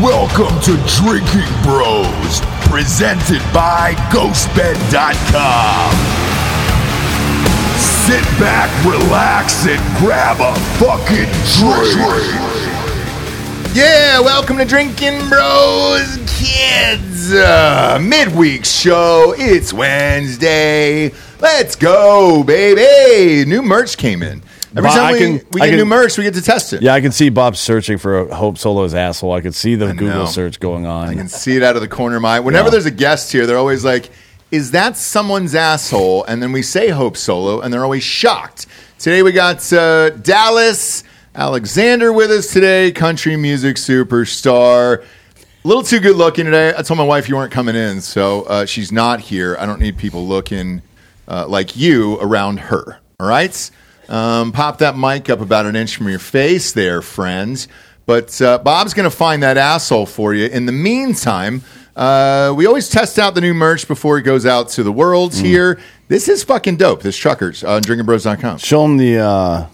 Welcome to Drinking Bros, presented by GhostBed.com. Sit back, relax, and grab a fucking drink. Yeah, welcome to Drinking Bros, kids. Uh, midweek show. It's Wednesday. Let's go, baby. New merch came in. Every Bob, time I we, can- we I get can- new merch, we get to test it. Yeah, I can see Bob searching for Hope Solo's asshole. I could see the know. Google search going I on. can see it out of the corner of my eye. Whenever Yeah. there's a guest here, they're always like, "Is that someone's asshole?" And then we say Hope Solo, and they're always shocked. Today we got uh, Dallas Alexander with us today, country music superstar. A little too good looking today. I told my wife you weren't coming in, so uh, she's not here. I don't need people looking uh, like you around her. All right? Um, pop that mic up about an inch from your face there, friends. But uh, Bob's going to find that asshole for you. In the meantime, uh, we always test out the new merch before it goes out to the world here. This is fucking dope. This truckers uh, on drinkingbros.com. Show him the uh,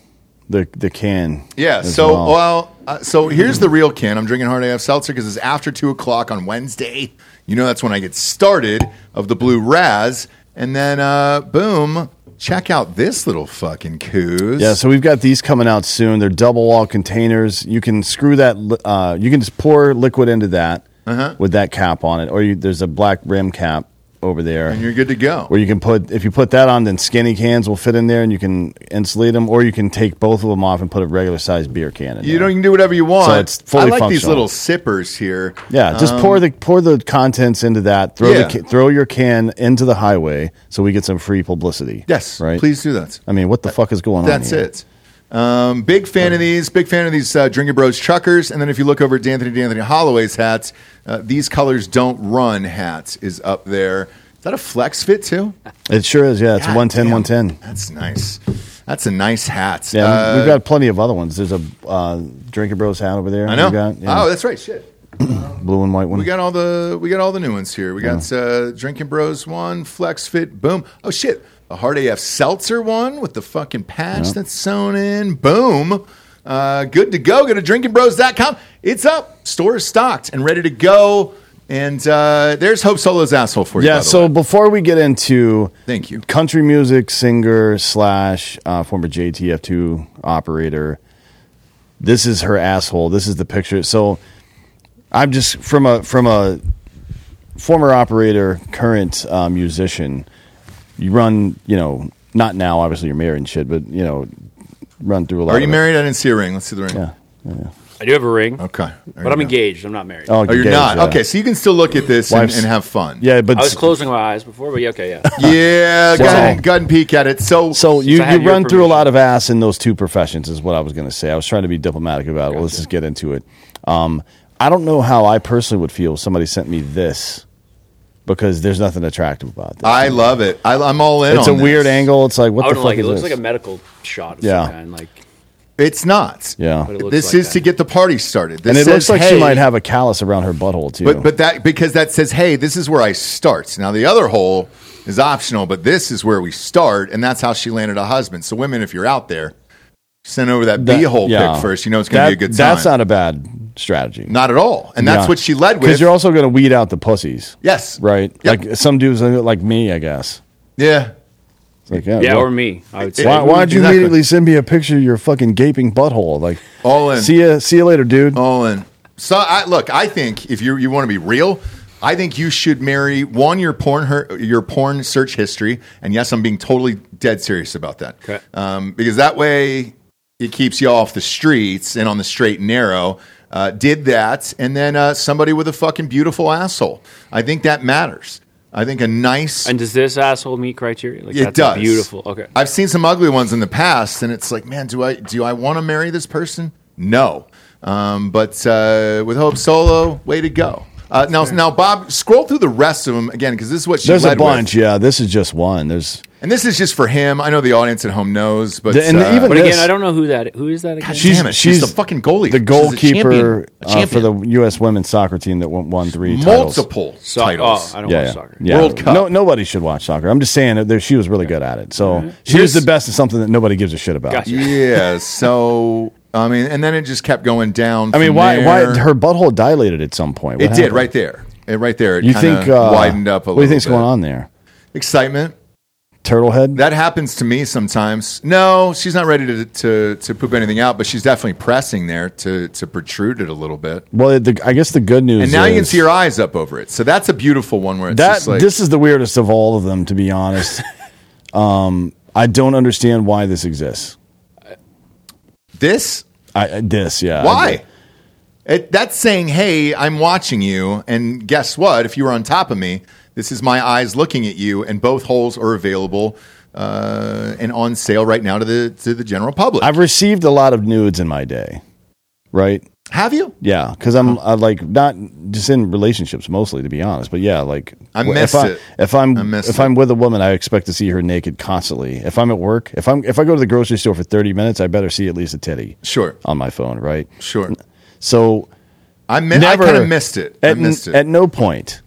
the the can. Yeah. as So well. well, uh, so here's the real can. I'm drinking hard AF seltzer because it's after two o'clock on Wednesday. You know that's when I get started of the blue Raz, and then uh, boom, check out this little fucking coos. yeah, so we've got these coming out soon. They're double wall containers. You can screw that. li- Uh, you can just pour liquid into that Uh-huh. with that cap on it, or you, there's a black rim cap over there. and you're good to go. where you can put if you put that on, then skinny cans will fit in there, and you can insulate them, or you can take both of them off and put a regular sized beer can in. You there. don't you can do whatever you want. So it's fully I like these functional. little sippers here. Uh, Yeah, just pour the pour the contents into that. Throw Um, Yeah. the the throw your can into the highway so we get some free publicity. Yes, right. Please do that. I mean, what the fuck is going That's on? here? it. Um, big fan of these. Big fan of these uh, Drinking Bros truckers. And then if you look over at D'Anthony D'Anthony Holloway's hats, uh, these colors don't run hats is up there. Is that a flex fit too? It sure is. Yeah, it's God one ten, damn. one ten. That's nice. That's a nice hat. Yeah, Uh, we- we've got plenty of other ones. There's a uh, Drinker Bros hat over there. I know. We've got, yeah, Oh, that's right. Shit. blue and white one. We got all the we got all the new ones here. We got uh, Drinking Bros one, Flex Fit, boom. Oh shit, a Hard AF Seltzer one with the fucking patch that's sewn in, boom. Uh, good to go. Go to drinkingbros.com. It's up. Store is stocked and ready to go. And uh, there's Hope Solo's asshole for you. by yeah. the So way. before we get into Thank you. country music singer slash uh, former JTF two operator, this is her asshole. This is the picture. So I'm just from a from a former operator, current uh, musician. You run, you know, not now. Obviously, you're married and shit, but you know, run through a lot. Are you of it. married? I didn't see a ring. Let's see the ring. Yeah. I do have a ring, Okay. There you but I'm go. engaged. I'm not married. Oh, Oh, you're gay, not. yeah. Okay, so you can still look at this and, Wife's- and have fun. Yeah, but I was closing my eyes before, but yeah, okay, yeah. Yeah, go Wow. ahead, and- go ahead and peek at it. So, So you, I had you your run through a permission. lot of ass in those two professions is what I was going to say. I was trying to be diplomatic about it. Well, let's just get into it. Um, I don't know how I personally would feel if somebody sent me this because there's nothing attractive about this. I love it. I, I'm all in. it's a on weird this. angle. It's like what I the would fuck like is it looks this? like a medical shot of Yeah. some kind, like It's not. yeah, but it looks this like is that. to get the party started. This and it says, looks like hey, she might have a callus around her butthole too. but but that because that says, hey, this is where I start. Now the other hole is optional, but this is where we start, and that's how she landed a husband. So women, if you're out there, send over that, That- b-hole yeah. pick first. You know it's going to That- be a good time. That's not a bad strategy. Not at all, and that's what she led because with. you're also going to weed out the pussies, yes, right? Yep. Like some dudes are like me, I guess. yeah. It's like, yeah, yeah, well- or me. I would say. Why, It- why'd you exactly. immediately send me a picture of your fucking gaping butthole? Like, All in. Oh, See ya. See you later, dude. All in. So I, look, I think if you you want to be real, I think you should marry one your porn her, your porn search history, and yes, I'm being totally dead serious about that. Okay. Um, because that way it keeps you off the streets and on the straight and narrow. Uh, did that, and then uh, somebody with a fucking beautiful asshole. I think that matters. I think a nice And does this asshole meet criteria? Like, it that's does. Beautiful. Okay. I've seen some ugly ones in the past, and it's like, man, do I do I want to marry this person? No. Um, but uh, with Hope Solo, way to go. Uh, now, now, Bob, scroll through the rest of them again because this is what she There's a led bunch. with. Yeah, this is just one. There's and this is just for him. I know the audience at home knows, but The- and uh, even but this- again, I don't know who that. Who is that again? She's- damn it, she's the fucking goalie. the She's a goalkeeper champion. A uh, for the champion. U.S. women's soccer team that won, won three titles. multiple So- titles. Oh, I don't Yeah, watch yeah, soccer. yeah. World Cup. No, nobody should watch soccer. I'm just saying that there, she was really good at it. So she Here's- was the best at something that nobody gives a shit about. Gotcha. yeah. So I mean, and then it just kept going down. I mean, from why? there. Why her butthole dilated at some point? What It did happened? right there. It right there. It You kinda think uh, widened up a little. What do you think's bit. going on there? Excitement. Turtle head. That happens to me sometimes. No, she's not ready to, to, to poop anything out, but she's definitely pressing there to, to protrude it a little bit. well, the, I guess the good news. And now you can is- see her eyes up over it. So that's a beautiful one where it's That just like, this is the weirdest of all of them, to be honest. um, I don't understand why this exists. this? I I- this, yeah. I do. Why? It, that's saying, hey, I'm watching you. And guess what? If you were on top of me, this is my eyes looking at you, and both holes are available uh, and on sale right now to the, to the general public. I've received a lot of nudes in my day, right? Have you? Yeah, because I'm I like not just in relationships mostly, to be honest. But yeah, like I w- missed if I, it. If I'm I missed if it. I'm with a woman, I expect to see her naked constantly. If I'm at work, if I'm if I go to the grocery store for thirty minutes, I better see at least a titty Sure. on my phone, right? Sure. So I, mi- never I kind of missed it. At, I missed it. at no point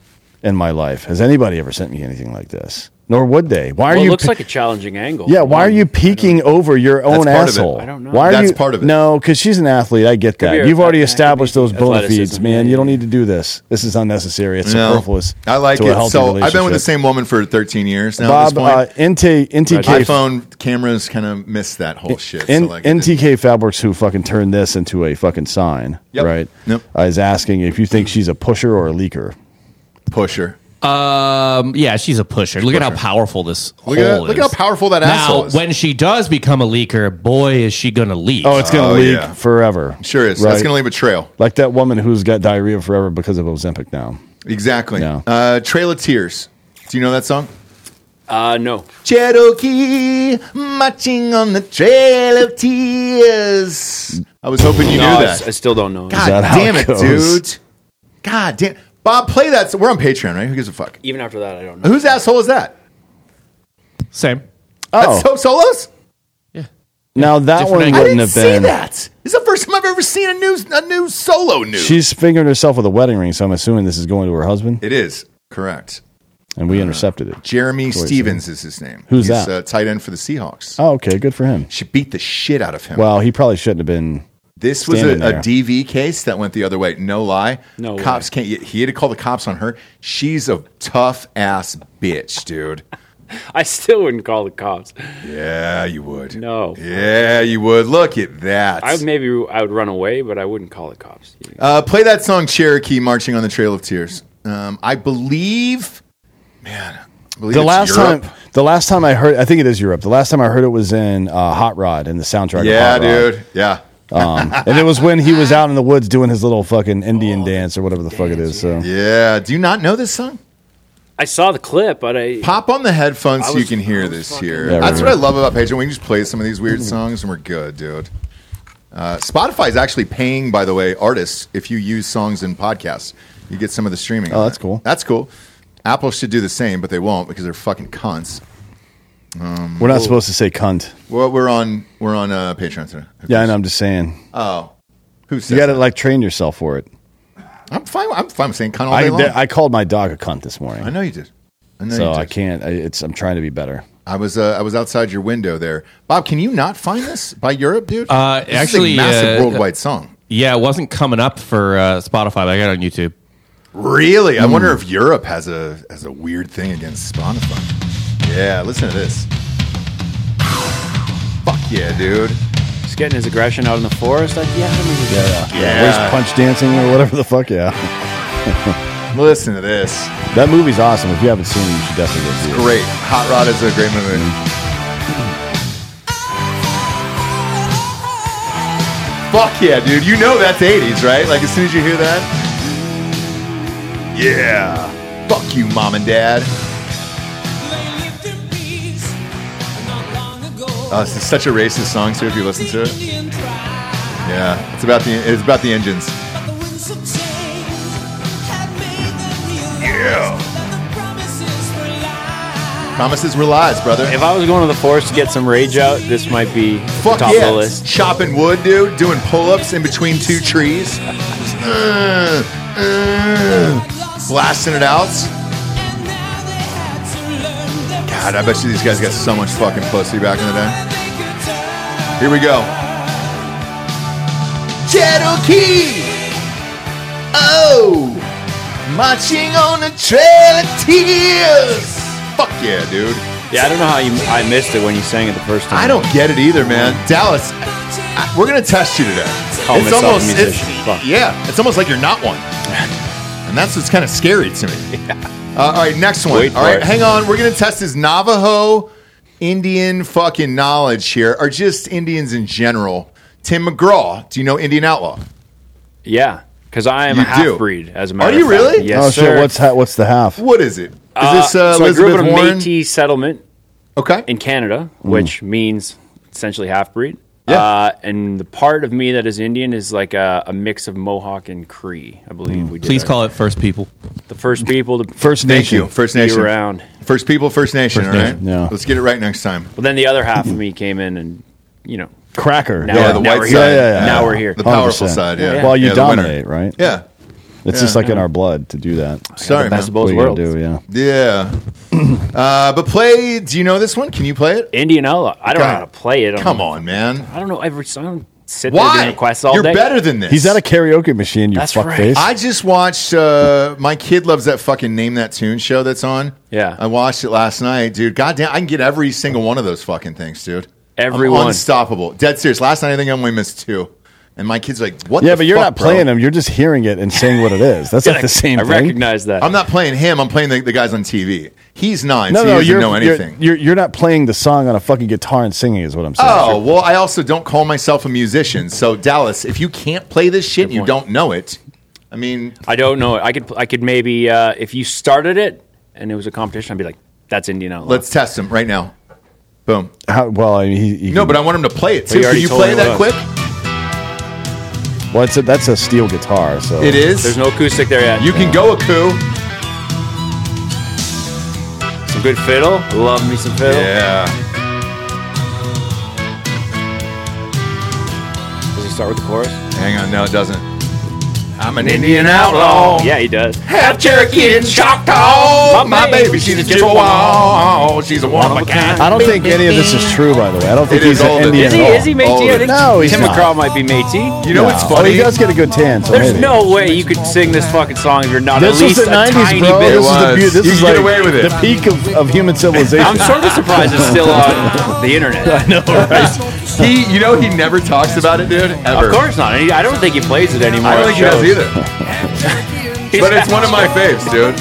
in my life has anybody ever sent me anything like this. Nor would they. Why are Well, it you? looks pe- like a challenging angle. yeah, why are you Um, peeking over your own part of it. asshole? I don't know. Why are That's you- part of it. No, because she's an athlete. I get that. be You've already a- established those bona athleticism. fides, man. Yeah, You don't yeah. need to do this. This is unnecessary. It's No. superfluous. I like to a it. healthy So I've been with the relationship. same woman for 13 years now. Bob, uh, at this point, NT, NTK, iPhone cameras kind of missed that whole shit. N- so like I didn't- NTK Fabrics, who fucking turned this into a fucking sign, Yep. right? Yep. Uh, is asking if you think she's a pusher or a leaker. pusher. Um, yeah, she's a pusher. look at how powerful this Look hole at, is. look at how powerful that asshole now, is. when she does become a leaker, boy, is she going to leak. Oh, it's gonna Oh, leak yeah. forever. sure is. That's Right? going to leave a trail. like that woman who's got diarrhea forever because of Ozempic now. Exactly. No. Uh, trail of Tears. Do you know that song? Uh, no. Cherokee marching on the Trail of Tears. I was hoping you no, knew I that. s- I still don't know. God that how damn it it, goes? dude. God damn. Bob, play that. We're on Patreon, right? Who gives a fuck? Even after that, I don't know. Whose asshole is that? Same. Oh, That's Hope Solos? now that different one angle. I I didn't wouldn't have see been. that. This is the first time I've ever seen a new a new solo nude. She's fingering herself with a wedding ring, so I'm assuming this is going to her husband, it is correct. and we intercepted it. Jeremy Stevens is his name. Who's He's, that? Uh, tight end for the Seahawks. Oh, okay, good for him. She beat the shit out of him. Well, he probably shouldn't have been. this was a, standing a there. DV case that went the other way. No lie. No way. cops can't. He had to call the cops on her. She's a tough ass bitch, dude. I still wouldn't call the cops. Yeah, you would. No. Yeah, you would. Look at that. I would- maybe I would run away, but I wouldn't call the cops. Uh, play that song Cherokee Marching on the Trail of Tears. Um, I believe, man, I believe The it's last Europe. time, the last time I heard, I think it is Europe. The last time I heard it was in uh, Hot Rod in the soundtrack. Yeah, of Hot Rod. dude. Yeah. Um, and it was when he was out in the woods doing his little fucking Indian dance or whatever the fuck it is. So Yeah. Do you not know this song? I saw the clip, but I Pop on the headphones so was- you can I hear was this fucking- here. Yeah, right, That's what right. I love about Patreon. We can just play some of these weird songs and we're good, dude. Uh, Spotify is actually paying, by the way, artists if you use songs in podcasts. You get some of the streaming. Oh, on that's it. cool. That's cool. Apple should do the same, but they won't because they're fucking cunts. we're not supposed to say cunt. Well, we're on we're on uh, Patreon today. Yeah, and I'm just saying Oh, who says you got to that? like train yourself for it. I'm fine. I'm fine with saying cunt all day I, long. I, I called my dog a cunt this morning. know you did. I know so you did. I can't. I, it's I'm trying to be better. I was uh, I was outside your window there, Bob. Can you not find this by Europe, dude? Uh, This is a actually, massive uh, worldwide song. Yeah, it wasn't coming up for uh, Spotify, but I got it on YouTube. Really, I wonder if Europe has a has a weird thing against Spotify. Yeah, listen to this. Fuck yeah, dude. was getting his aggression out in the forest. I, yeah, I remember that. Yeah. Where's punch dancing or whatever the fuck? Yeah, Listen to this. that movie's awesome. If you haven't seen it, you should definitely go see it. Great. Hot Rod is a great movie. Fuck yeah, dude. You know that's 80s, right? Like, as soon as you hear that. Yeah. Fuck you, mom and dad. Oh, this is such a racist song, too, if you listen to it. Yeah. It's about the, it's about the engines. Promises were lies, brother. If I was going to the forest to get some rage out, this might be Fuck top yeah. of the list. Chopping wood, dude. Doing pull ups in between two trees. Uh, uh, blasting it out. God, I bet you these guys got so much fucking pussy back in the day. Here we go. Cherokee. Oh, marching on a trail of tears. Fuck yeah, dude. Yeah, I don't know how you. I missed it when you sang it the first time. I don't get it either, man. Dallas, I- we're gonna test you today. Call myself a it's- Oh, musician. Fuck. yeah, it's almost like you're not one, and that's what's kind of scary to me. Uh, all right, next one. Wait all for right, it. hang on. We're gonna test his Navajo Indian fucking knowledge here, or just Indians in general. Tim McGraw, do you know Indian Outlaw? Yeah, because I am You a do. half breed. As a matter you of fact. really? Yes, oh sir. shit! What's ha- what's the half? What is it? Is Uh, this uh, so Elizabeth I grew up in a Warren? Métis settlement Okay. in Canada, which means essentially half breed. Yeah. Uh, and the part of me that is Indian is like a, a mix of Mohawk and Cree. I believe we did Please that. call it First People. the first people to First Thank Nation. you, First be Nation. around. First people, First Nation. First all right. Nation, yeah. Let's get it right next time. But then the other half of me came in, and you know, Cracker. Now Yeah, Yeah, the now white we're side. here. Yeah, yeah, yeah. Now we're here. The powerful 100%. side. Yeah. Well, you Yeah, the winner. dominate, right? Yeah. It's just like in our blood to do that. Sorry, best man. of both What you worlds. do, yeah. Yeah. Uh, but play. Do you know this one? Can you play it? Indian Outlaw. I don't God. know how to play it. I'm- Come on, man. I don't know every song. Sit there doing Why? requests all You're day. better than this. He's at a karaoke machine. You That's fuckface. right. I just watched. Uh, my kid loves that fucking name that tune show that's on. Yeah. I watched it last night, dude. Goddamn, I can get every single one of those fucking things, dude. Every I'm one. unstoppable. Dead serious. Last night I think I only missed two, and my kid's like, "What? yeah, the but you're fuck, not bro? playing him. You're just hearing it and saying what it is. That's like the same I thing. recognize that. I'm not playing him. I'm playing the, the guys on TV. He's nine, No, so he no, doesn't you're, know anything. You're, you're you're not playing the song on a fucking guitar and singing is what I'm saying. Oh, well, I also don't call myself a musician. So, Dallas, if you can't play this shit and you point. don't know it, I mean, I don't know. I could. I could maybe uh, if you started it and it was a competition, I'd be like, "That's Indian Outlaw." let's test him right now. Boom. How, well, I mean, he, he No, can- but I want him to play it you too. Can already you told play me that it was. quick? well, it's a, that's a steel guitar, so It There's is. no acoustic there yet. You can go a coup. some good fiddle. Love me some fiddle. Yeah. Does he start with the chorus? Hang on. No, it doesn't. I'm an Indian outlaw. Yeah, he does. Half Cherokee and Choctaw. My My baby, baby, she's a she's a Chippewa. She's a one of a kind. I don't think any of this is true, by the way. I don't think It is he's all an the- Indian Is he? at all. Is he Métis? Oh, I think no, he's Tim not. McGraw might be Métis. You know No. what's Oh, he funny? does get a good tan. So There's maybe. no way you could sing this fucking song if you're not This at was least the a 90s, tiny bro. bit. This is the was. beauty. This You is can like get away with it. the peak of, of human civilization. I'm sort of surprised it's still on the internet. I know, right? He, you know, he never talks about it, dude. Ever. Of course not. And he- I don't think he plays it anymore. I don't think he does Shows. either. but it's one of my faves, dude.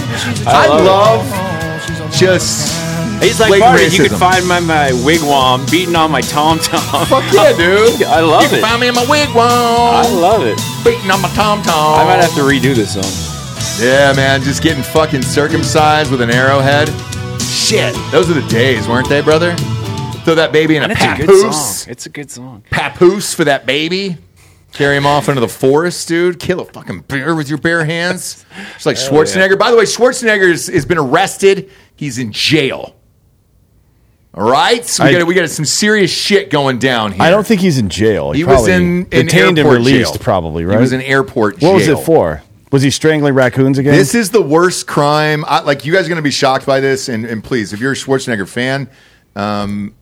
I, I love love just. He's like, blatant Barney, you racism. could find my, my wigwam beating on my tom tom. Fuck yeah, dude. I love you can it. find me in my I wigwam, love it. beating on my tom tom. I might have to redo this song. Yeah, man, just getting fucking circumcised with an arrowhead. Shit, those are the days, weren't they, brother? Throw that baby in a And it's a good papoose. song. It's a good song. Papoose for that baby. Carry him off into the forest, dude. Kill a fucking bear with your bare hands. It's like Schwarzenegger. By the way, Schwarzenegger is- has been arrested. He's in jail. All right, so we I- got we got some serious shit going down here. I don't think he's in jail. He was probably in, in detained and airport released, jail. probably right. He was in airport. what was jail. it for? Was he strangling raccoons again? This is the worst crime. I, like you guys are going to be shocked by this, and, and please, if you're a Schwarzenegger fan, um,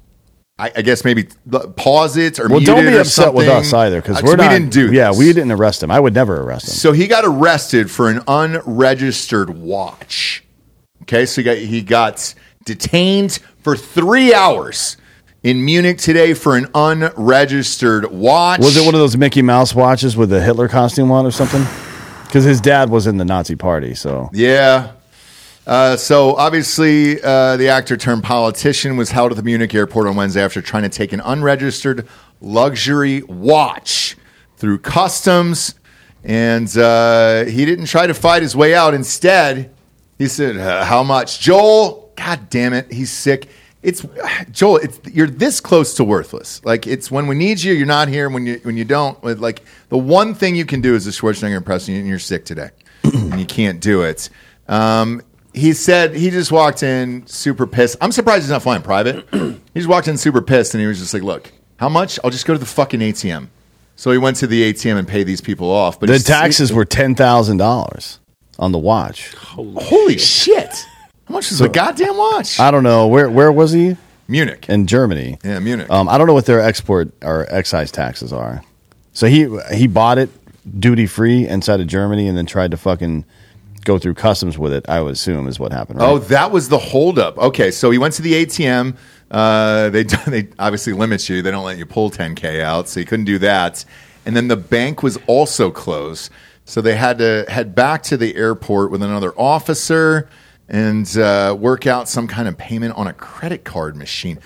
I, I guess maybe l- pause it or well, mute don't it be or upset with something. us either because Uh, we're we not. didn't do. Yeah, this. we didn't arrest him. I would never arrest him. So he got arrested for an unregistered watch. Okay, so he got, he got detained for three hours in Munich today for an unregistered watch. Was it one of those Mickey Mouse watches with the Hitler costume on or something? Because his dad was in the Nazi party, so Yeah. Uh, so obviously, uh, the actor turned politician was held at the Munich airport on Wednesday after trying to take an unregistered luxury watch through customs, and uh, he didn't try to fight his way out. Instead, he said, "Uh, "How much, Joel? God damn it, he's sick." It's Joel. It's, you're this close to worthless. Like it's when we need you, you're not here. When you when you don't, with, like the one thing you can do is a Schwarzenegger impression, and you're sick today, and you can't do it. Um, he said he just walked in super pissed. I'm surprised he's not flying private. he just walked in super pissed, and he was just like, "Look, how much? I'll just go to the fucking ATM." So he went to the ATM and paid these people off. But the he's- taxes were ten thousand dollars on the watch. holy shit! How much is the goddamn watch? I don't know where where was he Munich. in Germany. Yeah, Munich. Um, I don't know what their export or excise taxes are. So he he bought it duty free inside of Germany and then tried to fucking go through customs with it. I would assume is what happened. Right? Oh, that was the holdup. Okay, so he went to the ATM. Uh, they they obviously limit you. They don't let you pull 10k out, so he couldn't do that. And then the bank was also closed, so they had to head back to the airport with another officer and uh, work out some kind of payment on a credit card machine.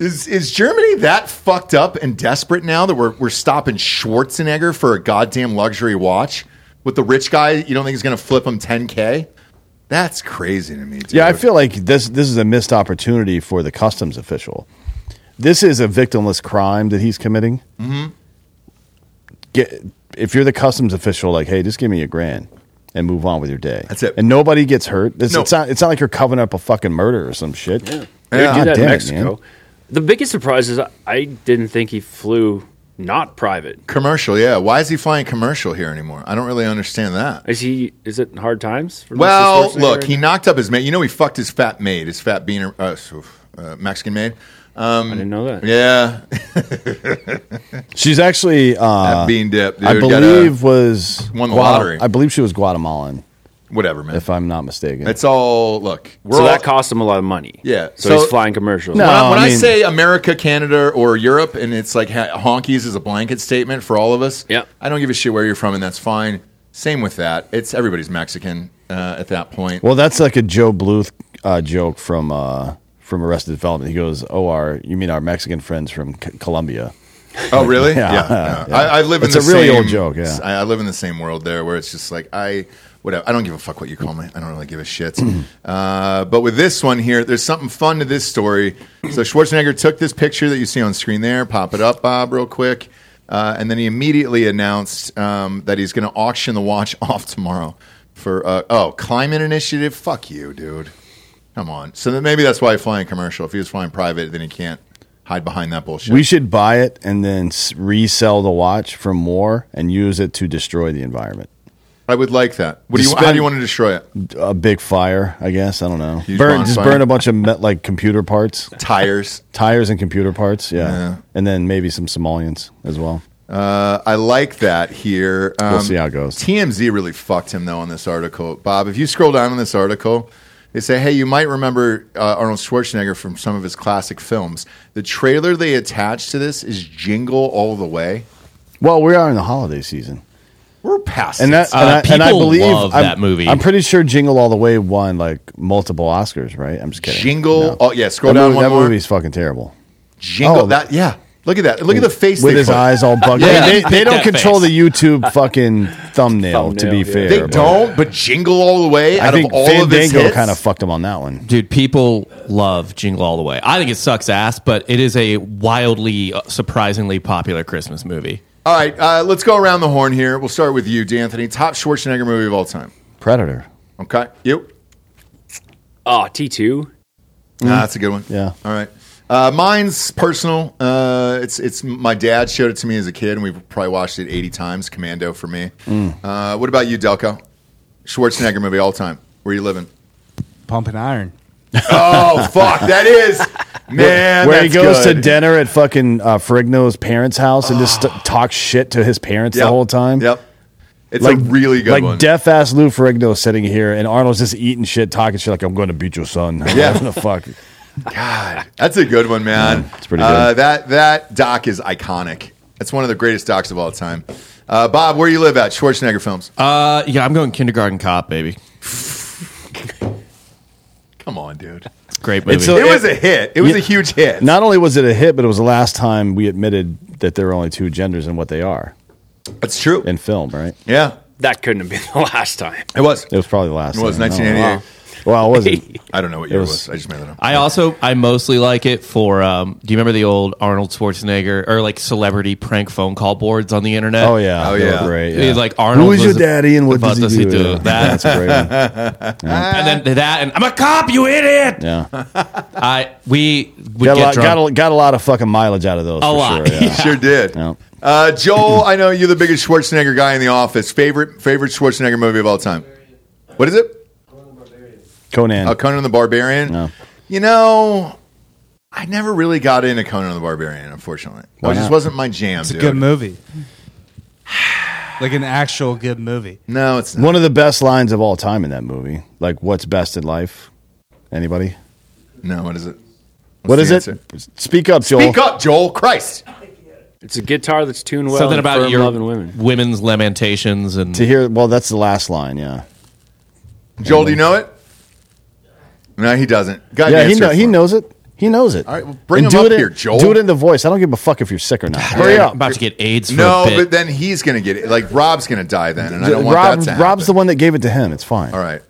Is is Germany that fucked up and desperate now that we're we're stopping Schwarzenegger for a goddamn luxury watch with the rich guy? You don't think he's going to flip him 10k? That's crazy to me. Dude. Yeah, I feel like this this is a missed opportunity for the customs official. This is a victimless crime that he's committing. Mm-hmm. Get if you're the customs official, like, hey, just give me a grand and move on with your day. That's it. And nobody gets hurt. This, No. It's not. It's not like you're covering up a fucking murder or some shit. They Yeah. do that in Damn it, Mexico. man. the biggest surprise is I- I didn't think he flew not private. commercial. Yeah, why is he flying commercial here anymore? I don't really understand that. Is he? Is it hard times? For Mr. Well, Schwarzenegger? look, he knocked up his maid. You know, he fucked his fat maid, his fat beaner, uh, so- uh, Mexican maid. I didn't know that. Yeah, She's actually. Uh, that bean dip. Dude. I Got a- believe was won the Guatem- lottery. I believe she was Guatemalan, whatever, man. if I'm not mistaken. It's all look. We're So all, that cost him a lot of money. Yeah, So, so- he's flying commercial. When, I, No, when I I mean- say America, Canada, or Europe, and it's like ha- honkies is a blanket statement for all of us. Yeah. I don't give a shit where you're from, and that's fine. Same with that. It's everybody's Mexican uh, at that point. well, that's like a Joe Bluth uh, joke from uh, from Arrested Development. He goes, "Oh, our you mean our Mexican friends from C- Colombia?" Oh, really? Yeah. no. Yeah. I, I live in It's the a really same, old joke, yeah. I, I live in the same world there, where it's just like I whatever. I don't give a fuck what you call me. I don't really give a shit. Mm-hmm. uh, but with this one here, there's something fun to this story. So Schwarzenegger took this picture that you see on screen there. Pop it up, Bob, real quick. Uh, and then he immediately announced um, that he's going to auction the watch off tomorrow for uh, oh climate initiative. Fuck you, dude. Come on. So then maybe that's why he's flying commercial. If he was flying private, then he can't hide behind that bullshit. We should buy it and then s- resell the watch for more and use it to destroy the environment. I would like that. What do you, Just how do spend- you want to destroy it? A big fire, I guess. I don't know. Huge Burn, just bonfire. burn a bunch of met, like computer parts, Tires. tires, and computer parts. Yeah, Yeah. and then maybe some Somalians as well. Uh, I like that here. Um, see how it goes. TMZ really fucked him though on this article, Bob. If you scroll down on this article, they say, "Hey, you might remember uh, Arnold Schwarzenegger from some of his classic films." The trailer they attached to this is "Jingle All the Way." Well, we are in the holiday season. We're past and it. that, Uh, and, I, and I people believe love I'm, that movie. I'm pretty sure Jingle All the Way won like multiple Oscars, right? I'm just kidding. Jingle. No. Oh yeah, that, scroll down movie, one that more. movie's fucking terrible. Jingle oh, that. Yeah, look at that. Look at the face with they his put. eyes all bugged. Yeah. they, they don't That control face. the YouTube fucking thumbnail. to be Thumbnail, yeah. fair, They but don't, but Jingle All the Way. I out think of all of his Fandango hits? kind of fucked him on that one. Dude, people love Jingle All the Way. I think it sucks ass, but it is a wildly, uh, surprisingly popular Christmas movie. All right, uh, let's go around the horn here. We'll start with you, D'Anthony. Top Schwarzenegger movie of all time. Predator. Okay, you. Mm-hmm. Oh, T two. Ah, that's a good one. Yeah. All right. Uh, mine's personal. Uh, it's it's my dad showed it to me as a kid, and we've probably watched it eighty times. Commando for me. Mm. Uh, what about you, Delco? Schwarzenegger movie all time. Where you living? Pumping iron. Oh fuck, that is man. Where he that's goes to good. Ah. dinner at fucking uh, Ferrigno's parents' house and just st- talks shit to his parents Yep. the whole time. Yep. It's a really good like one. deaf ass Lou Ferrigno sitting here, and Arnold's just eating shit, talking shit like I'm going to beat your son. Yeah. what the fuck. God, that's a good one, man. it's pretty good. Uh, that that doc is iconic. That's one of the greatest docs of all time. Uh, Bob, where you live at? Schwarzenegger films. Uh, yeah, I'm going Kindergarten Cop, baby. Come on, dude. Great movie. a- it was a hit. It was a huge hit. Not only was it a hit, but it was the last time we admitted that there are only two genders and what they are That's true. in film, right? Yeah, That couldn't have been the last time. it was. It was probably the last. It was time. 1988. Oh, wow. Well, it wasn't. I don't know what year it was. was- I just made that up. I also I mostly like it for um, do you remember the old Arnold Schwarzenegger or like celebrity prank phone call boards on the internet? Oh yeah. Oh, They were yeah. Great. He's yeah. like, Arnold Who is your was daddy and what about does he do? to do Yeah. that. That's a great. one. Uh, and then that and I'm a cop, you idiot. Yeah. I we would Got a, get lot, drunk. got, a, got a lot of fucking mileage out of those. for lot. Sure, yeah. sure did. Yeah. Uh, Joel, I know you're the biggest Schwarzenegger guy in the office. Favorite favorite Schwarzenegger movie of all time. What is it? Conan. Uh, Conan the Barbarian. No. You know, I never really got into Conan the Barbarian, unfortunately. It just not? wasn't my jam, It's a dude. good movie. like an actual good movie. No, it's not. One of the best lines of all time in that movie. Like, what's best in life? Anybody? No, what is it? What is the it? Speak up, Joel. Speak up, Joel. Christ. It's a guitar that's tuned well. Something about your love and women. women's lamentations and To hear, well, that's the last line. Yeah, Joel, do you know it? No, he doesn't. God, yeah. He answer know, it he for him. knows it. He knows it. All right, well, bring And him do up it in- here, Joel. Do it in the voice. I don't give a fuck if you're sick or not. Hurry I'm up. about to get AIDS. For No, a bit. but then he's gonna get it. Like Rob's gonna die then, and I don't want Rob, that to happen. Rob's the one that gave it to him. It's fine. All right.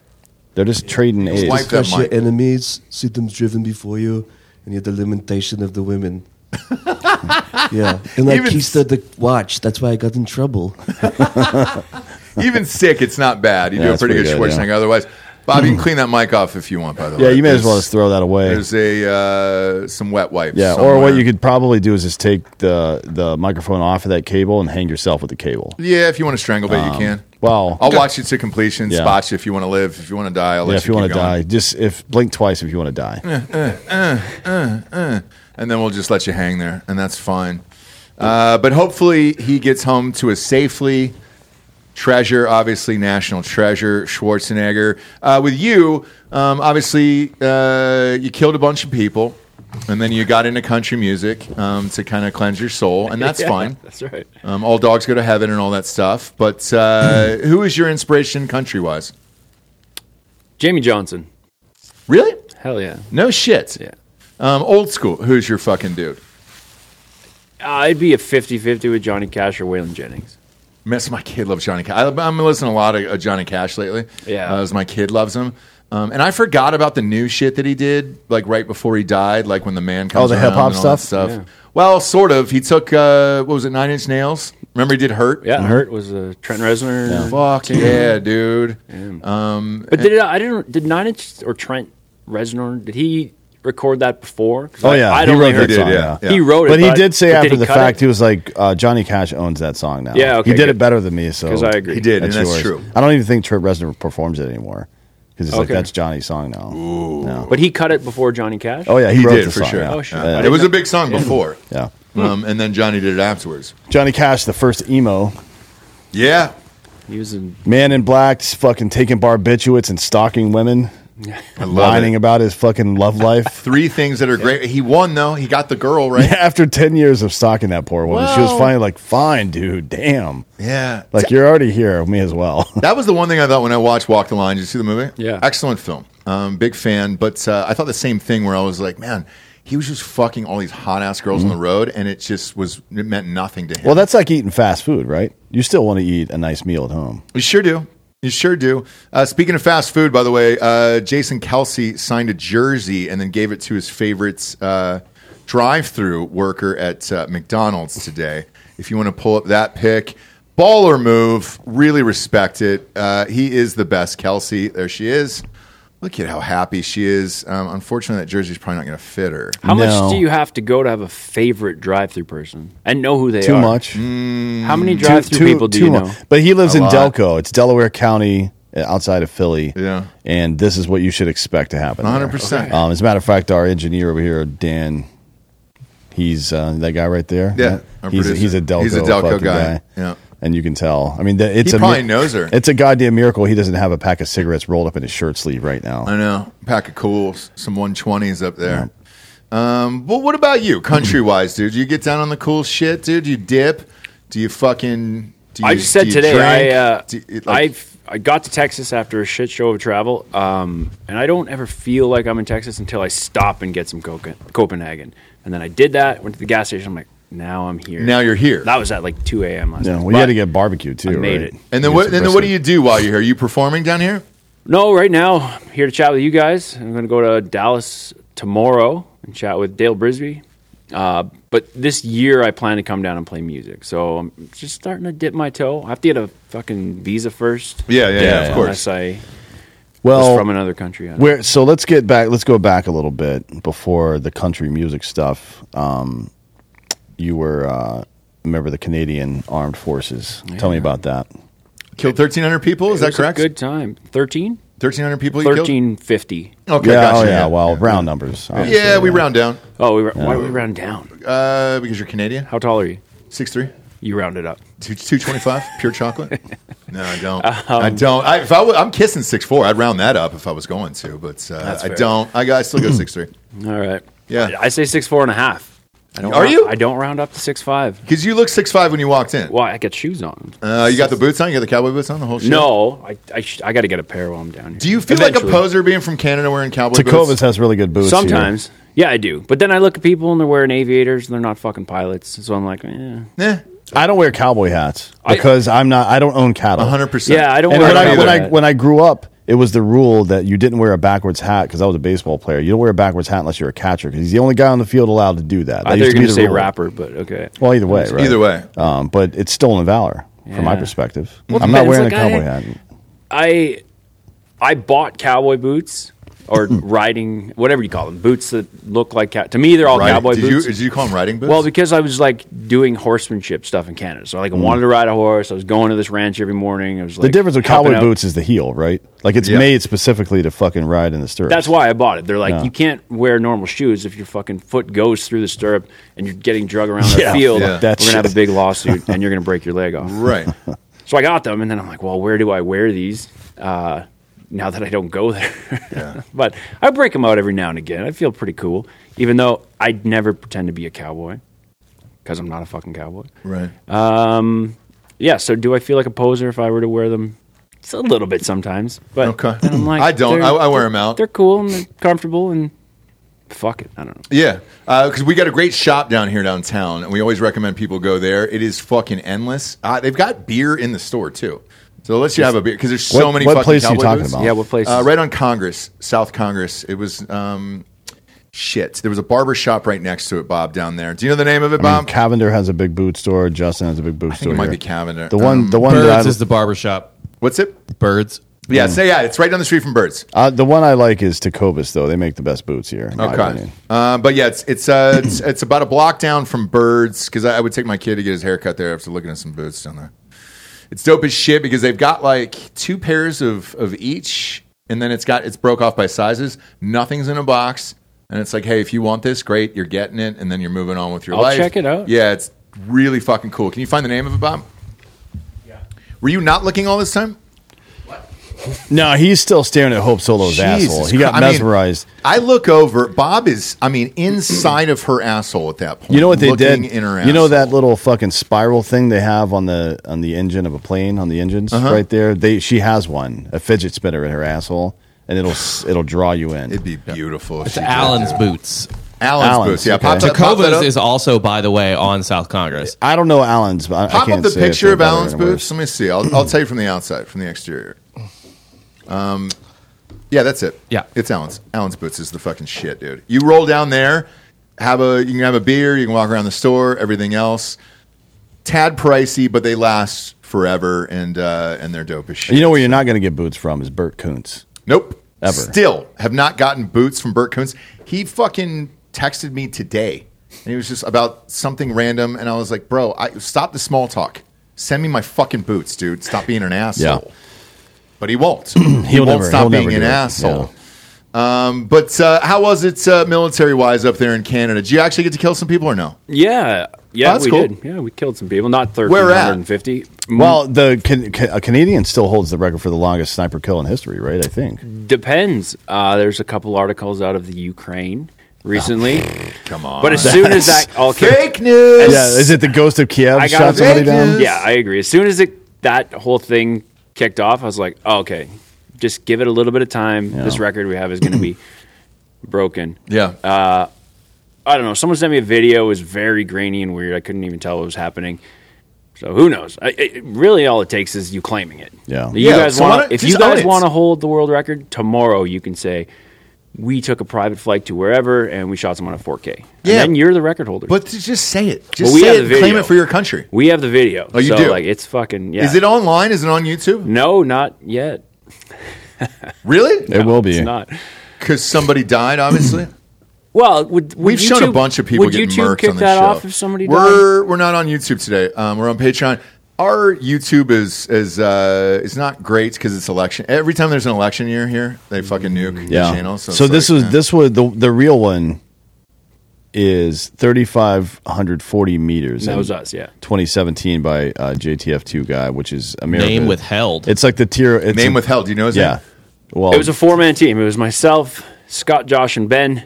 They're just trading AIDS. wipe that Crush your mic. enemies, see them driven before you, and you're the lamentation of the women. yeah, and like Even Keista the watch. That's why I got in trouble. Even sick, it's not bad. You Yeah, do a it's pretty, pretty good good, Schwarzenegger. Otherwise, Bob, you can clean that mic off if you want. By the yeah, way, you may as well There's- just throw that away. There's a uh, some wet wipes. Yeah, or somewhere. what you could probably do is just take the the microphone off of that cable and hang yourself with the cable. Yeah, if you want to strangle it, you can. Um, Well, I'll watch you to completion. Yeah. Spot you if you want to live. If you want to die, I'll let yeah, you. if you keep want to going. die, just if blink twice if you want to die. and then we'll just let you hang there, and that's fine. Uh, but hopefully, he gets home to us safely. Treasure, obviously, national treasure, Schwarzenegger. Uh, with you, um, obviously, uh, you killed a bunch of people, and then you got into country music um, to kind of cleanse your soul, and that's Yeah, fine. That's right. Um, all dogs go to heaven and all that stuff. But uh, who is your inspiration country wise? Jamie Johnson. Really? Hell yeah. No shit. Yeah. Um, old school. Who's your fucking dude? Uh, I'd be a 50-50 with Johnny Cash or Waylon Jennings. Miss my kid loves Johnny Cash. I, I'm listening to a lot of uh, Johnny Cash lately. Yeah. as my kid loves him. Um, and I forgot about the new shit that he did, like right before he died, like when the man comes. Oh, the around hip-hop and all that stuff? Yeah. Well, sort of. He took uh, what was it, Nine Inch Nails? Remember he did Hurt? Yeah, Hurt was a Trent Reznor. Fuck yeah, dude. Um, But did I didn't did Nine Inch or Trent Reznor did he record that before? 'Cause Oh I- yeah, I don't he wrote really that heard song. it. Yeah. Yeah. He wrote it, But he did say but after he the cut fact it? he was like uh, Johnny Cash owns that song now. Yeah, okay, he did good. it better than me. So 'Cause I agree. He did, and that's yours. true. I don't even think Trent Reznor performs it anymore because it's like Okay. that's Johnny's song now. No. but he cut it before Johnny Cash. oh yeah, he, He wrote did the for song, sure. Yeah. Oh, shit. Yeah. It was a big song before, yeah. um, and then Johnny did it afterwards. Johnny Cash, the first emo Yeah, He was in man in black, fucking taking barbiturates and stalking women, I love whining it. about his fucking love life. Three things that are great. He won though. He got the girl right. After ten years of stalking that poor woman, she was Well- finally like, "Fine, dude, damn, Yeah, like you're already here, me as well." That was the one thing I thought when I watched Walk the Line. Did you see the movie? Yeah. Excellent film. Um, big fan. But uh, I thought the same thing where I was like, man, he was just fucking all these hot ass girls on the road, and it just was, it meant nothing to him. Well, that's like eating fast food, right? You still want to eat a nice meal at home. You sure do. You sure do. Uh, speaking of fast food, by the way, uh, Jason Kelsey signed a jersey and then gave it to his favorite uh, drive-through worker at uh, McDonald's today. If you want to pull up that pick, baller move. Really respect it. Uh, he is the best, Kelsey. There she is. Look at how happy she is. Um, unfortunately, that jersey's probably not going to fit her. How No. much do you have to go to have a favorite drive-through person and know who they Too are? much. Mm. How many Too- drive-through too- people do too you much. know? But he lives A in lot. Delco. It's Delaware County uh, outside of Philly. Yeah. And this is what you should expect to happen. there. 100%. Um, as a matter of fact, our engineer over here, Dan, he's uh, that guy right there. Yeah, our He's a, producer. he's a Delco, He's a Delco fucking guy. Yeah. And you can tell. I mean, th- it's He a probably knows her. It's a goddamn miracle he doesn't have a pack of cigarettes rolled up in his shirt sleeve right now. I know. Pack of cools, some 120s up there. Um, well, what about you, country wise, dude? Do you get down on the cool shit, dude? Do you dip? Do you fucking. Do you, I just said do you today I drink? uh, Do you- like- I I got to Texas after a shit show of travel, um, and I don't ever feel like I'm in Texas until I stop and get some Coca- Copenhagen, and then I did that. Went to the gas station. I'm like, now I'm here. Now you're here. That was at like 2 a.m. last Yeah, night. well, you had But- to get barbecue too, I made right? it. and then You what? get And then some what do you do while you're here? Are you performing down here? No, right now I'm here to chat with you guys. I'm going to go to Dallas tomorrow and chat with Dale Brisby. Uh, but this year I plan to come down and play music, so I'm just starting to dip my toe. I have to get a fucking visa first. Yeah, yeah, yeah, of of course. Unless I Well, was from another country. I don't Where so let's get back let's go back a little bit before the country music stuff. Um, you were uh, remember the Canadian Armed Forces. Tell me about that. Killed 1,300 people? Is It that was correct? A good time. 13? 1,300 people you killed? 1350. Okay, yeah, gotcha. oh, yeah, well, round numbers. Yeah, obviously, we round down Oh, we, why do we round down? uh, because you're Canadian. How tall are you? Six three. You rounded up. Two two twenty five, pure chocolate. No, I don't. Um, I don't. I, if I w- I'm kissing six four, I'd round that up if I was going to, but uh, I fair. don't. I, got- I still go six three. All right. Yeah. I, I say six four and a half. I don't Are round- you? I don't round up to six five. Because you look six five when you walked in. Well, I got shoes on. Uh, you got the boots on. You got the cowboy boots on. The whole shit. No, I I, sh- I got to get a pair while I'm down here. Do you feel like Eventually. a poser being from Canada wearing cowboy Takovas boots? has really good boots. here. Sometimes. Yeah, I do. But then I look at people and they're wearing aviators and they're not fucking pilots. So I'm like, eh. Nah, I don't wear cowboy hats I- because I, am not. I don't own cattle. hundred percent. Yeah, I don't And wear when a I, cowboy when I hat. when I grew up, it was the rule that you didn't wear a backwards hat because I was a baseball player. You don't wear a backwards hat unless you're a catcher because he's the only guy on the field allowed to do that. That I thought you used were to going be to the say rule. rapper, but okay. Well, either way, right? Either way. um, but it's stolen valor from my Yeah. perspective. Well, it I'm not depends. wearing a Like, cowboy I- hat. I I bought cowboy boots or Hmm. riding whatever you call them boots that look like cow- to me they're all Riding- cowboy did boots. You, did you call them riding boots? well, because I was like doing horsemanship stuff in Canada, so like I wanted to ride a horse. I was going to this ranch every morning. I was like Hmm. The difference with helping cowboy out. boots is the heel, right? Like it's Yeah. made specifically to fucking ride in the stirrups. That's why I bought it. They're like, Yeah. you can't wear normal shoes if your fucking foot goes through the stirrup and you're getting drug around Yeah, the field. yeah. We're That's gonna have a just- big lawsuit and you're gonna break your leg off. right. So I got them, and then I'm like, well, where do I wear these uh, now that I don't go there? Yeah. but I break them out every now and again. I feel pretty cool, even though I never pretend to be a cowboy because I'm not a fucking cowboy. Right. Yeah, so do I feel like a poser if I were to wear them? It's a little bit sometimes, but Okay. then I'm like, I don't. they're- I- I wear 'em out. They're cool and they're comfortable and fuck it. I don't know. Yeah, because we got a great shop down here downtown, and we always recommend people go there. It is fucking endless. Uh, they've got beer in the store too, so let's you have a beer because there's so What- many. what fucking place are you cowboy talking booths. about? Yeah, what place? Uh, right on Congress, South Congress. It was um, shit. There was a barber shop right next to it, Bob. Down there. Do you know the name of it, I mean, Bob? Cavender has a big boot store. Justin has a big boot um, I think store. it might here. be Cavender. The one, Um, the one that Birds I, is the barbershop. What's it? Birds. Yeah, so yeah, it's right down the street from Birds. uh, the one I like is Tacobas though. They make the best boots here. in my Okay, opinion. uh, but yeah, it's it's, uh, it's it's about a block down from Birds because I, I would take my kid to get his hair cut there after looking at some boots down there. It's dope as shit because they've got like two pairs of of each, and then it's got it's broke off by sizes. Nothing's in a box, and it's like, hey, if you want this, great, you're getting it, and then you're moving on with your I'll life. check it out. Yeah, it's really fucking cool. Can you find the name of it, Bob? Yeah. Were you not looking all this time? No, he's still staring at Hope Solo's Jesus asshole. He got Christ. I mean, mesmerized. I, look over. Bob is, I mean, inside of her asshole at that point. you know what they did? looking In her You know that asshole. little fucking spiral thing they have on the on the engine of a plane on the engines Uh-huh. right there. They she has one a fidget spinner in her asshole, and it'll s- it'll draw you in. It'd be beautiful. if It's she did Allen's that. boots. Allen's, Allen's, boots. Yeah, okay. pop, that, pop that Tacova's up. is also, by the way, on South Congress. I don't know Alan's. But I- I, pop can't up the say if picture they're of better Allen's or worse. boots. Let me see. I'll, I'll tell you from the outside, from the exterior. Um, yeah, that's it. Yeah. it's Allen's. Allen's boots is the fucking shit, dude. You roll down there, have a you can have a beer, you can walk around the store, everything else. Tad pricey, but they last forever, and uh, and they're dope as shit. You know where you're not going to get boots from is Bert Koontz. Nope. Ever. Still have not gotten boots from Burt Coons. He fucking texted me today and he was just about something random. And I was like, bro, I, stop the small talk. Send me my fucking boots, dude. Stop being an asshole. Yeah. But he won't. he He'll won't never- stop he'll being never an do it. asshole. Um, but uh, how was it uh, military wise up there in Canada? Did you actually get to kill some people or no? Yeah, yeah, Oh, that's we cool. did. Yeah, we killed some people. Not Where at? 1,350. Mm. Well, the can, can, a Canadian still holds the record for the longest sniper kill in history, right? I think. Depends. Uh, there's a couple articles out of the Ukraine recently, Oh. Come on. but as soon as that all came, fake news. Yeah, is it the ghost of Kiev I shot got somebody fake down? news. yeah, I agree. As soon as it, that whole thing kicked off, I was like, oh, okay, just give it a little bit of time. This record we have is going to be broken. Yeah. I don't know. Someone sent me a video. It was very grainy and weird. I couldn't even tell what was happening. So who knows? I, it, really, all it takes is you claiming it. Yeah. You Yeah, guys so why want don't- if just you own guys it. want to hold the world record tomorrow, you can say we took a private flight to wherever and we shot someone at 4K. And Yeah. then you're the record holder. but just say it. Just Well, we say have it. the and Claim video. it for your country. we have the video. Oh, you so, do? Like it's fucking. Yeah. Is it online? Is it on YouTube? No, not yet. Really? It will be. It's not. Because somebody died, obviously. Well, would, would We've shown a YouTube- bunch of people Would getting YouTube murked kick on this that show. off if somebody died? we're we're not on YouTube today. Um, we're on Patreon. Our YouTube is is uh, is not great because it's election. Every time there's an election year here, they fucking nuke the yeah. channel. So, so it's uh, this like, was eh. this was the the real one is 3,540 meters. That And was us, yeah. 2017 by uh, JTF2 guy, which is America. Name withheld. It's like the tier. It's Name a- withheld. Do you know his Yeah. name? Well, Oh. It was a four man team. It was myself, Scott, Josh, and Ben.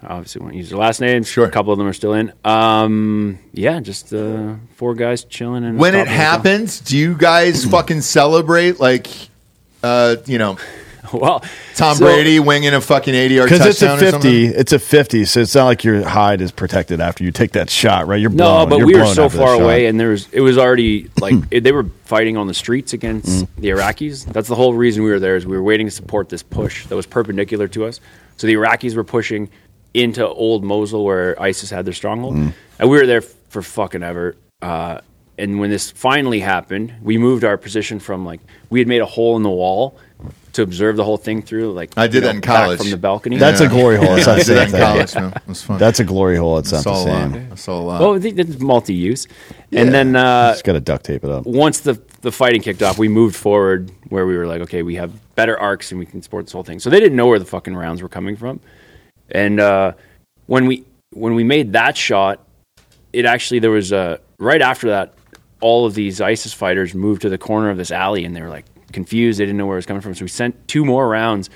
I Obviously, won't use their last names. Sure. A couple of them are still in. Um, yeah, just uh, four guys chilling. And When it happens, do you guys fucking celebrate like, uh, you know, well, Tom so- Brady winging a fucking eighty-yard because touchdown it's a or something? 50. It's a 50, so it's not like your hide is protected after you take that shot, right? You're No, blown. but You're we were blown so after that far shot. away, and there was it was already like Mm. it, they were fighting on the streets against the Iraqis. That's the whole reason we were there is we were waiting to support this push that was perpendicular to us. So the Iraqis were pushing into old Mosul where ISIS had their stronghold, Mm. and we were there for fucking ever. Uh, and when this finally happened, we moved our position from like we had made a hole in the wall to observe the whole thing through. Like I did you that know, in back college. from the balcony. That's a glory hole. It's Yeah, not I did that the same in thing. college, man. It was fun. That's a glory hole. It's I not saw the a lot. same. I saw a lot. well, oh, I think that's multi-use, Yeah. and then uh, Just got to duct tape it up. once the the fighting kicked off, we moved forward where we were like, okay, we have better arcs and we can support this whole thing. So they didn't know where the fucking rounds were coming from. And uh, when we when we made that shot, it actually there was a right after that, all of these ISIS fighters moved to the corner of this alley and they were like confused. They didn't know where it was coming from. So we sent two more rounds,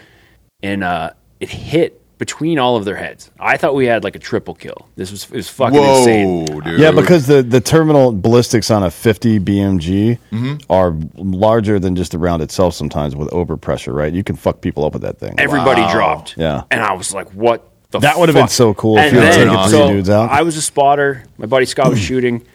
and uh, it hit between all of their heads. I thought we had like a triple kill. This was it was fucking Whoa, insane. dude. Yeah, because the, the terminal ballistics on a 50 BMG Mm-hmm. are larger than just the round itself sometimes with overpressure, right? You can fuck people up with that thing. Everybody dropped. Yeah. And I was like, what the That would've been fuck? so cool if And you were then- taking three so dudes out. I was a spotter. My buddy Scott was shooting.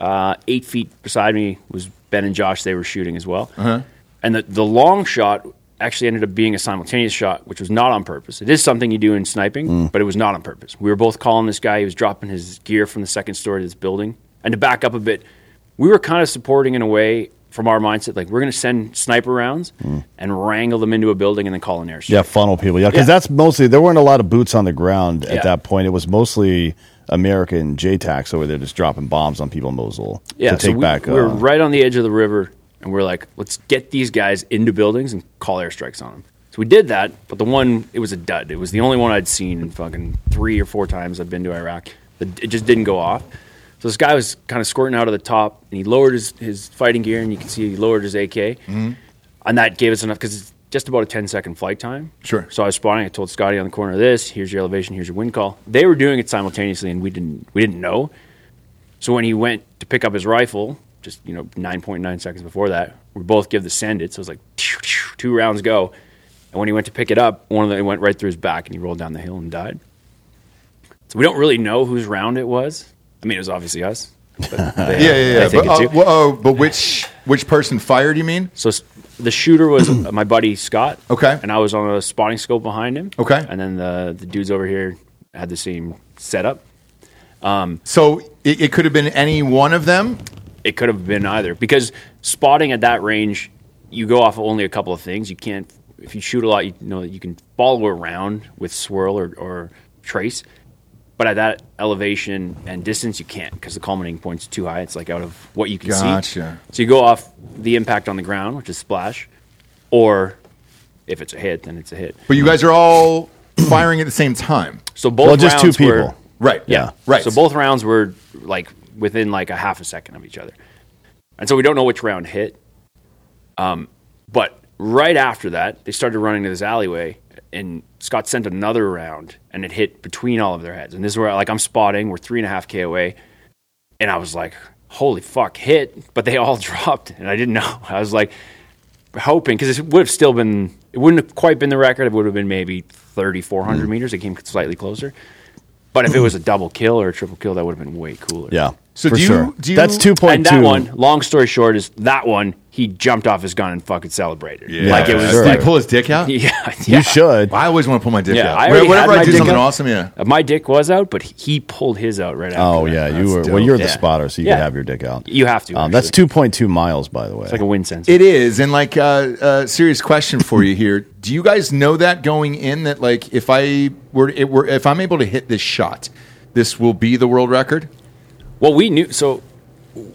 Uh, eight feet beside me was Ben and Josh. They were shooting as well. Uh-huh. And the, the long shot actually ended up being a simultaneous shot, which was not on purpose. It is something you do in sniping, Mm. but it was not on purpose. We were both calling this guy. He was dropping his gear from the second story of this building. And to back up a bit, we were kind of supporting in a way from our mindset, like we're going to send sniper rounds and wrangle them into a building and then call an airstrike. Mm. Yeah, funnel people. Yeah, because Yeah. that's mostly there weren't a lot of boots on the ground Yeah. at that point. It was mostly American JTACs over there just dropping bombs on people in Mosul to take we, back. We're uh, right on the edge of the river, and we're like, let's get these guys into buildings and call airstrikes on them. So we did that, but the one it was a dud. It was the only one I'd seen in fucking three or four times I've been to Iraq. It it just didn't go off. So this guy was kind of squirting out of the top, and he lowered his, his fighting gear, and you can see he lowered his AK, and that gave us enough because it's just about a 10 second flight time. Sure. So I was spotting. I told Scotty on the corner of this. Here's your elevation. Here's your wind call. They were doing it simultaneously, and we didn't we didn't know. So when he went to pick up his rifle, just you know, nine point nine seconds before that, we both give the send it. So it was like two rounds go. And when he went to pick it up, one of them it went right through his back, and he rolled down the hill and died. So we don't really know whose round it was. I mean, it was obviously us. But they- yeah, yeah, they yeah. think But, it uh, too. well, oh, but which which person fired? You mean? So s- the shooter was my buddy Scott. Okay. And I was on a spotting scope behind him. Okay. And then the the dudes over here had the same setup. So it, it could have been any one of them. It could have been either because spotting at that range, you go off of only a couple of things. You can't if you shoot a lot, you know that you can follow around with swirl or, or trace. But at that elevation and distance, you can't because the culminating point's too high. It's like out of what you can see. Gotcha. So you go off the impact on the ground, which is splash, or if it's a hit, then it's a hit. But you guys are all firing at the same time, So both Well, just two rounds were- people. right? yeah. right. So both rounds were like within like a half a second of each other, and so we don't know which round hit. Um, but right after that, they started running to this alleyway, and Scott sent another round, and it hit between all of their heads. And this is where like I'm spotting. We're three and a half k away, and I was like, "Holy fuck, hit!" But they all dropped, and I didn't know. I was like hoping because it would have still been. It wouldn't have quite been the record. It would have been maybe 3,400 Mm. meters. It came slightly closer. But if it was a double kill or a triple kill, that would have been way cooler. yeah. So for do you- sure. do you- That's two And point that two. one, long story short, is that one he jumped off his gun and fucking celebrated. Yeah. Like it was Sure. Did like he pull his dick out? yeah, yeah. You should. I always want to pull my dick Yeah, out. I Wh- already had Whenever my I do dick something out. awesome, yeah. Uh, My dick was out, but he pulled his out right after. Oh that. yeah, you That's were. dope. Well, you're Yeah. the spotter, so you Yeah. can have your dick out. You have to, Um, that's actually. two point two miles, by the way. Like a wind sensor. It is, and like a uh, uh, serious question for you here. Do you guys know that going in that like if I were, it were if I'm able to hit this shot, this will be the world record? Well, we knew so.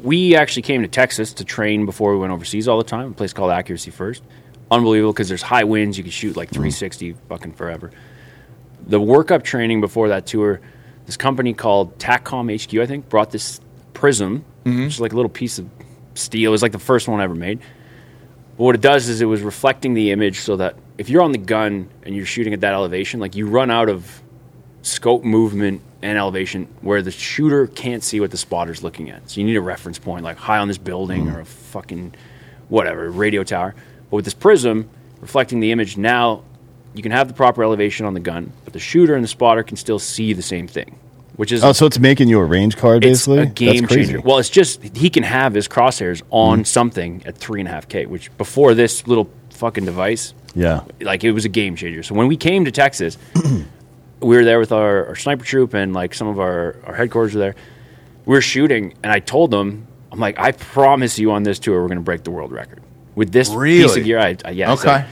We actually came to Texas to train before we went overseas all the time. A place called Accuracy First, unbelievable because there's high winds. You can shoot like 360 fucking forever. The workup training before that tour, this company called Taccom HQ, I think, brought this prism, which is like a little piece of steel. It was like the first one ever made. But what it does is it was reflecting the image so that if you're on the gun and you're shooting at that elevation, like you run out of scope movement and elevation where the shooter can't see what the spotter's looking at. So you need a reference point, like high on this building Mm-hmm. or a fucking whatever, radio tower. But with this prism reflecting the image, now you can have the proper elevation on the gun, but the shooter and the spotter can still see the same thing, which is Oh, so it's making you a range card basically. it's a game That's crazy. changer. Well, it's just he can have his crosshairs on something at three and a half k, which before this little fucking device, yeah. like it was a game changer. So when we came to Texas, we were there with our, our sniper troop and like some of our our headquarters were there. We were shooting, and I told them, I'm like, I promise you on this tour, we're going to break the world record with this piece Really? of gear. I, I, yeah, I said- Okay.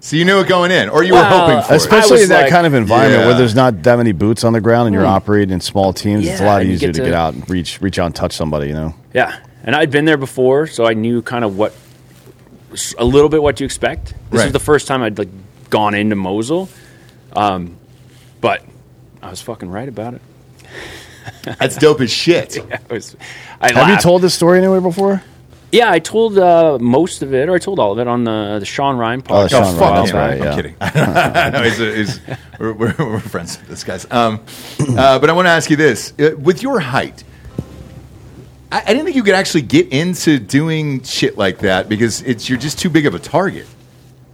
So you knew it going in, or you Well, were hoping for it. Especially was in that like- Hmm. kind of environment where Yeah. there's not that many boots on the ground and you're operating in small teams, it's a Yeah, lot and you easier get to, to- get out and reach reach out and touch somebody, you know. Yeah, and I'd been there before, so I knew kind of what a little bit what to expect. This Right. was the first time I'd like gone into Mosul, um, but I was fucking right about it. That's dope as shit. I was, I Have you laughed. told this story anywhere before? Yeah, I told uh, most of it, or I told all of it on the the Sean Ryan Oh, podcast. Sean Oh, fuck Ryan, him, right, right? yeah. I'm kidding. no, he's a, he's, we're, we're, we're friends with this guy's. Um, uh, but I want to ask you this: Uh, with your height, I, I didn't think you could actually get into doing shit like that because it's you're just too big of a target.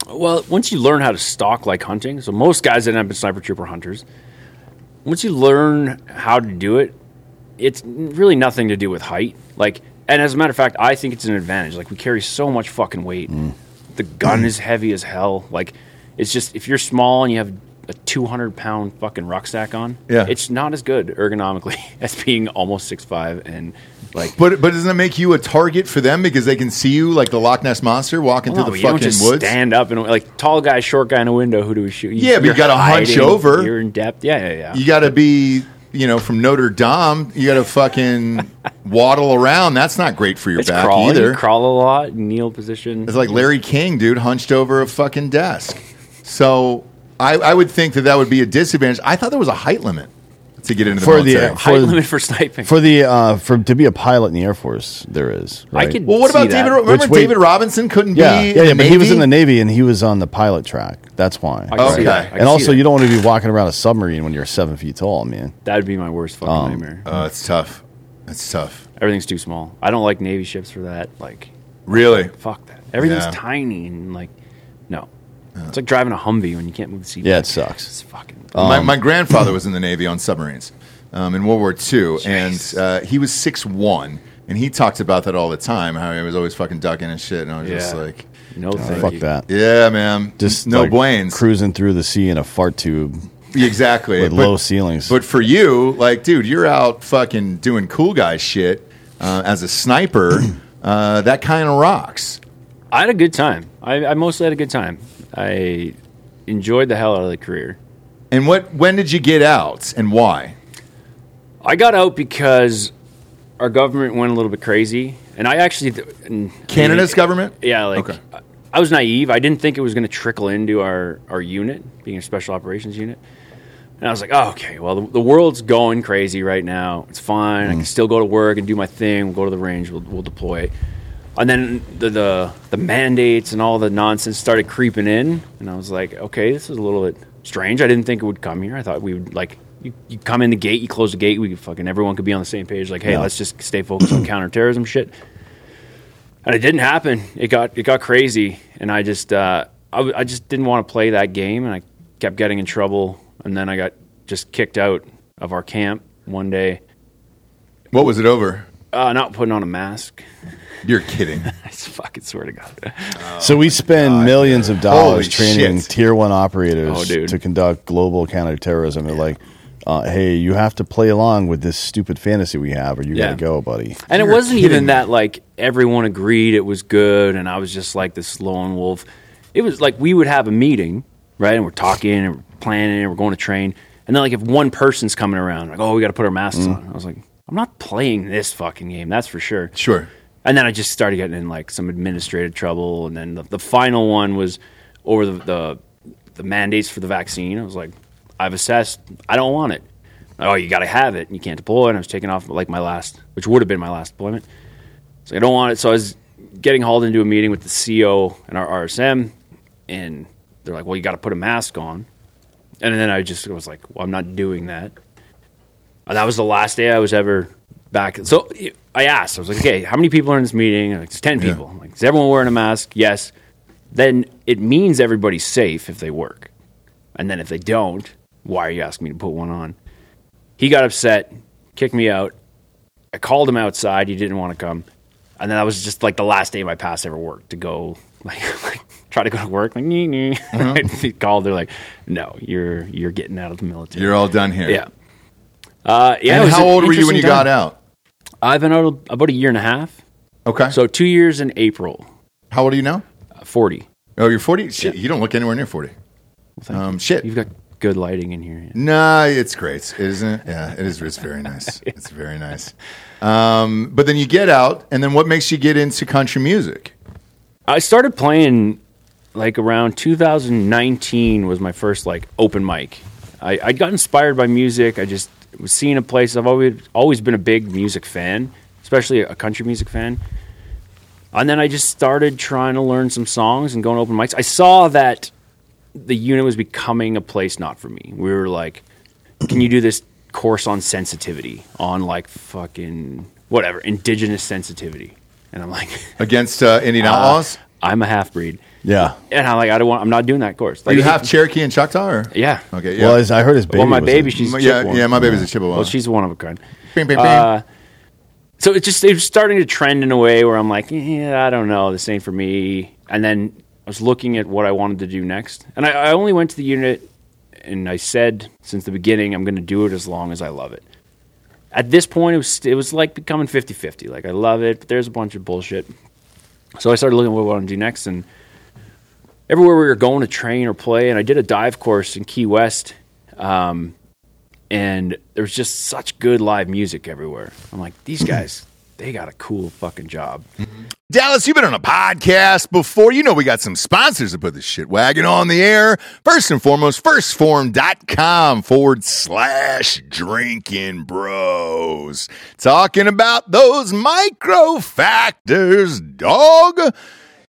Well, once you learn how to stalk like hunting, so most guys that end up in sniper trooper hunters, once you learn how to do it, it's n- really nothing to do with height. Like, and as a matter of fact, I think it's an advantage. Like, we carry so much fucking weight. The gun is heavy as hell. Like, it's just if you're small and you have a 200 pound fucking rucksack on, Yeah. it's not as good ergonomically as being almost 6'5 and like. But but doesn't it make you a target for them because they can see you like the Loch Ness monster walking No, through the you don't fucking just woods? Stand up and like tall guy, short guy in a window. Who do we shoot? Yeah, but you you're gotta hunch hiding, over. You're in depth. Yeah, yeah, yeah. You got to be you know from Notre Dame. You got to fucking waddle around. That's not great for your it's back crawling. either. You crawl a lot. Kneel position. It's like Larry King, dude, hunched over a fucking desk. So I, I would think that that would be a disadvantage. I thought there was a height limit to get into the For the- military. for- height limit for sniping. For the uh for to be a pilot in the Air Force, there is. right? I could. well, what see about that. David? Ro- Remember Which way- David Robinson couldn't yeah, be. yeah, yeah, but he was in the Navy? Navy and he was on the pilot track. That's why. I can see Okay. that. I can And see also, that. you don't want to be walking around a submarine when you're seven feet tall, man. That'd be my worst fucking nightmare. Oh, it's tough. It's tough. Everything's too small. I don't like navy ships for that. Like, Really? fuck that. Everything's Yeah. tiny and like, no. It's like driving a Humvee when you can't move the seat. Yeah, back. it sucks. It's fucking. my, my grandfather was in the Navy on submarines um, in World War II, and uh, he was six one, and he talked about that all the time. How he was always fucking ducking and shit, and I was just Yeah. like, no, thank Fuck you. that. "Yeah, man, Just no like, buenos." cruising through the sea in a fart tube exactly with But- low ceilings. But for you, like, dude, you're out fucking doing cool guy shit uh, as a sniper. uh, that kind of rocks. I had a good time. I, I mostly had a good time. I enjoyed the hell out of the career. And what? When did you get out, and why? I got out because our government went a little bit crazy, and I actually th- and- Canada's government. Yeah, like Okay. I- I was naive. I didn't think it was going to trickle into our our unit, being a special operations unit. And I was like, oh, okay, well, the, the world's going crazy right now. It's fine. I can still go to work and do my thing. We'll go to the range. We'll, we'll deploy. And then the, the the mandates and all the nonsense started creeping in, and I was like, okay, this is a little bit strange. I didn't think it would come here. I thought we would like you, you come in the gate, you close the gate, we could fucking everyone could be on the same page. Like, hey, Yeah. let's just stay focused on counterterrorism shit and it didn't happen. It got it got crazy, and I just uh, I, w- I just didn't want to play that game, and I kept getting in trouble, and then I got just kicked out of our camp one day. What was it over? Uh, not putting on a mask. You're kidding. I fucking swear to God. so we spend millions of dollars Holy training shit. tier one operators Oh, dude. to conduct global counterterrorism. They're like, uh, hey, you have to play along with this stupid fantasy we have, or you Yeah. gotta go, buddy. And it You're wasn't kidding even me. that like everyone agreed it was good, and I was just like this lone wolf. It was like we would have a meeting, right, and we're talking and we're planning and we're going to train, and then like if one person's coming around, like oh we got to put our masks Mm. on. I was like I'm not playing this fucking game, that's for sure. Sure. And then I just started getting in like some administrative trouble. And then the, the final one was over the, the the mandates for the vaccine. I was like, I've assessed, I don't want it. oh, you got to have it, and you can't deploy. And I was taking off like my last, which would have been my last deployment. So I don't want it. So I was getting hauled into a meeting with the CO and our RSM, and they're like, "Well, you got to put a mask on." And then I just was like, "Well, I'm not doing that." And Uh, that was the last day I was ever back. So I asked, I was like, "Okay, how many people are in this meeting?" And like, it's ten people. I'm like, is everyone wearing a mask? Yes. Then it means everybody's safe if they work. And then if they don't, why are you asking me to put one on? He got upset, kicked me out. I called him outside. He didn't want to come. And then that was just like the last day of my pass ever worked to go, like, try to go to work. Like, nee, nee. he called. They're like, no, you're you're getting out of the military. You're all done here. yeah. Uh, yeah. it And was how an old were you when you interesting got time. out? I've been out about a year and a half. Okay. So two years in April, how old are you now? uh, 40. Oh, you're 40? Shit, you don't look anywhere near 40. um, shit. You've got good lighting in here. Nah, it's great, isn't it? Yeah, it is. It's very nice. It's very nice. Um, but then you get out, and then what makes you get into country music? I started playing like around 2019 was my first like open mic. I, I got inspired by music. I just was seeing a place. I've always always been a big music fan, especially a country music fan. And then I just started trying to learn some songs and going to open mics. I saw that the unit was becoming a place not for me. We were like, can you do this course on sensitivity on like fucking whatever indigenous sensitivity? And I'm like. Against uh, Indian Outlaws? I'm a half breed, Yeah. and I'm like, I don't want. I'm not doing that course. Are Like, you half Cherokee and Choctaw? Or? Yeah. Okay, yeah. Well, his- I heard his baby. well, my was a- baby, she's M- a yeah, Chippewa. yeah, my baby's a Chippewa. Well, she's one of a kind. Bing, bing, bing. Uh, so it just it was starting to trend in a way where I'm like, yeah, I don't know, this ain't for me. And then I was looking at what I wanted to do next, and I, I only went to the unit, and I said since the beginning, I'm going to do it as long as I love it. At this point, it was st- it was like becoming 50-50. Like I love it, but there's a bunch of bullshit. So I started looking at what I want to do next, and everywhere we were going to train or play, and I did a dive course in Key West and there was just such good live music everywhere. I'm like, Mm-hmm. these guys, they got a cool fucking job. Dallas, you've been on a podcast before. You know we got some sponsors to put this shit wagon on the air. First and foremost, firstform.com forward slash drinking bros. Talking about those micro factors, dog.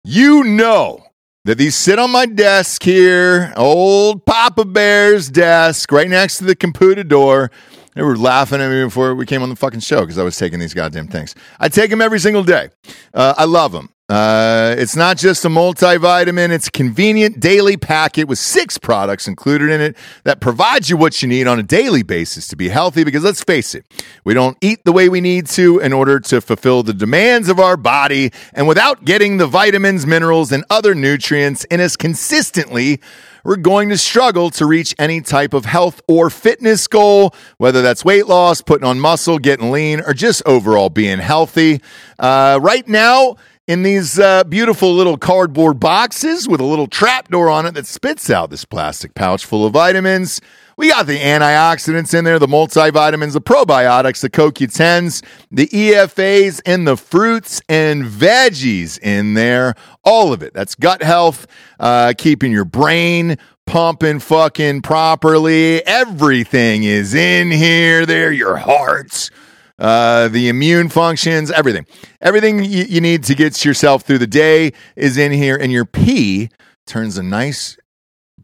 You know that these sit on my desk here, old Papa Bear's desk, right next to the computador. They were laughing at me before we came on the fucking show because I was taking these goddamn things. I take them every single day. Uh, I love them. Uh, it's not just a multivitamin, it's a convenient daily packet with six products included in it that provides you what you need on a daily basis to be healthy. Because let's face it, we don't eat the way we need to in order to fulfill the demands of our body and without getting the vitamins, minerals, and other nutrients in us consistently we're going to struggle to reach any type of health or fitness goal, whether that's weight loss, putting on muscle, getting lean, or just overall being healthy. Uh, right now, in these uh, beautiful little cardboard boxes with a little trapdoor on it that spits out this plastic pouch full of vitamins. We got the antioxidants in there, the multivitamins, the probiotics, the CoQ10s, the EFAs, and the fruits and veggies in there. All of it. That's gut health, uh, keeping your brain pumping fucking properly. Everything is in here. There, your hearts uh, the immune functions, everything. Everything you, you need to get yourself through the day is in here, and your pee turns a nice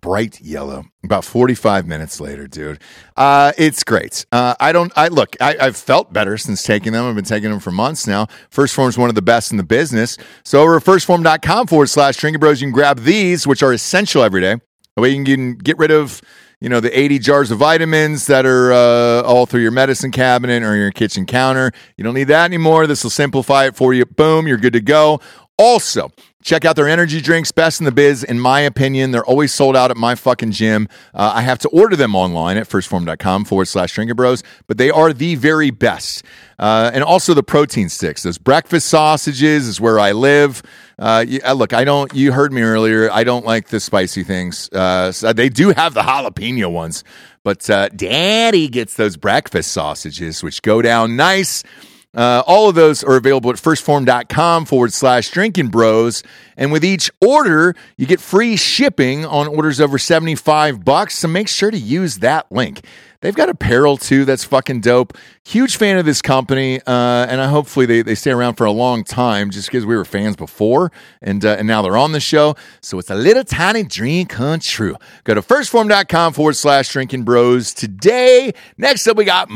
bright yellow about 45 minutes later dude uh, it's great uh, i don't i look I, i've felt better since taking them i've been taking them for months now first form's one of the best in the business so over at firstform.com forward slash drinking bros you can grab these which are essential every day that way you can get rid of you know the 80 jars of vitamins that are uh, all through your medicine cabinet or your kitchen counter you don't need that anymore this will simplify it for you boom you're good to go also, check out their energy drinks, best in the biz, in my opinion. They're always sold out at my fucking gym. Uh, I have to order them online at firstform.com forward slash drinker bros, but they are the very best. Uh, and also the protein sticks, those breakfast sausages is where I live. Uh, you, uh, look, I don't, you heard me earlier. I don't like the spicy things. Uh, so they do have the jalapeno ones, but uh, daddy gets those breakfast sausages, which go down nice. Uh, all of those are available at firstform.com forward slash drinking bros. And with each order, you get free shipping on orders over 75 bucks. So make sure to use that link. They've got apparel too that's fucking dope. Huge fan of this company, uh, and I hopefully they, they stay around for a long time just because we were fans before, and uh, and now they're on the show. So it's a little tiny dream come true. Go to firstform.com forward slash drinking bros today. Next up, we got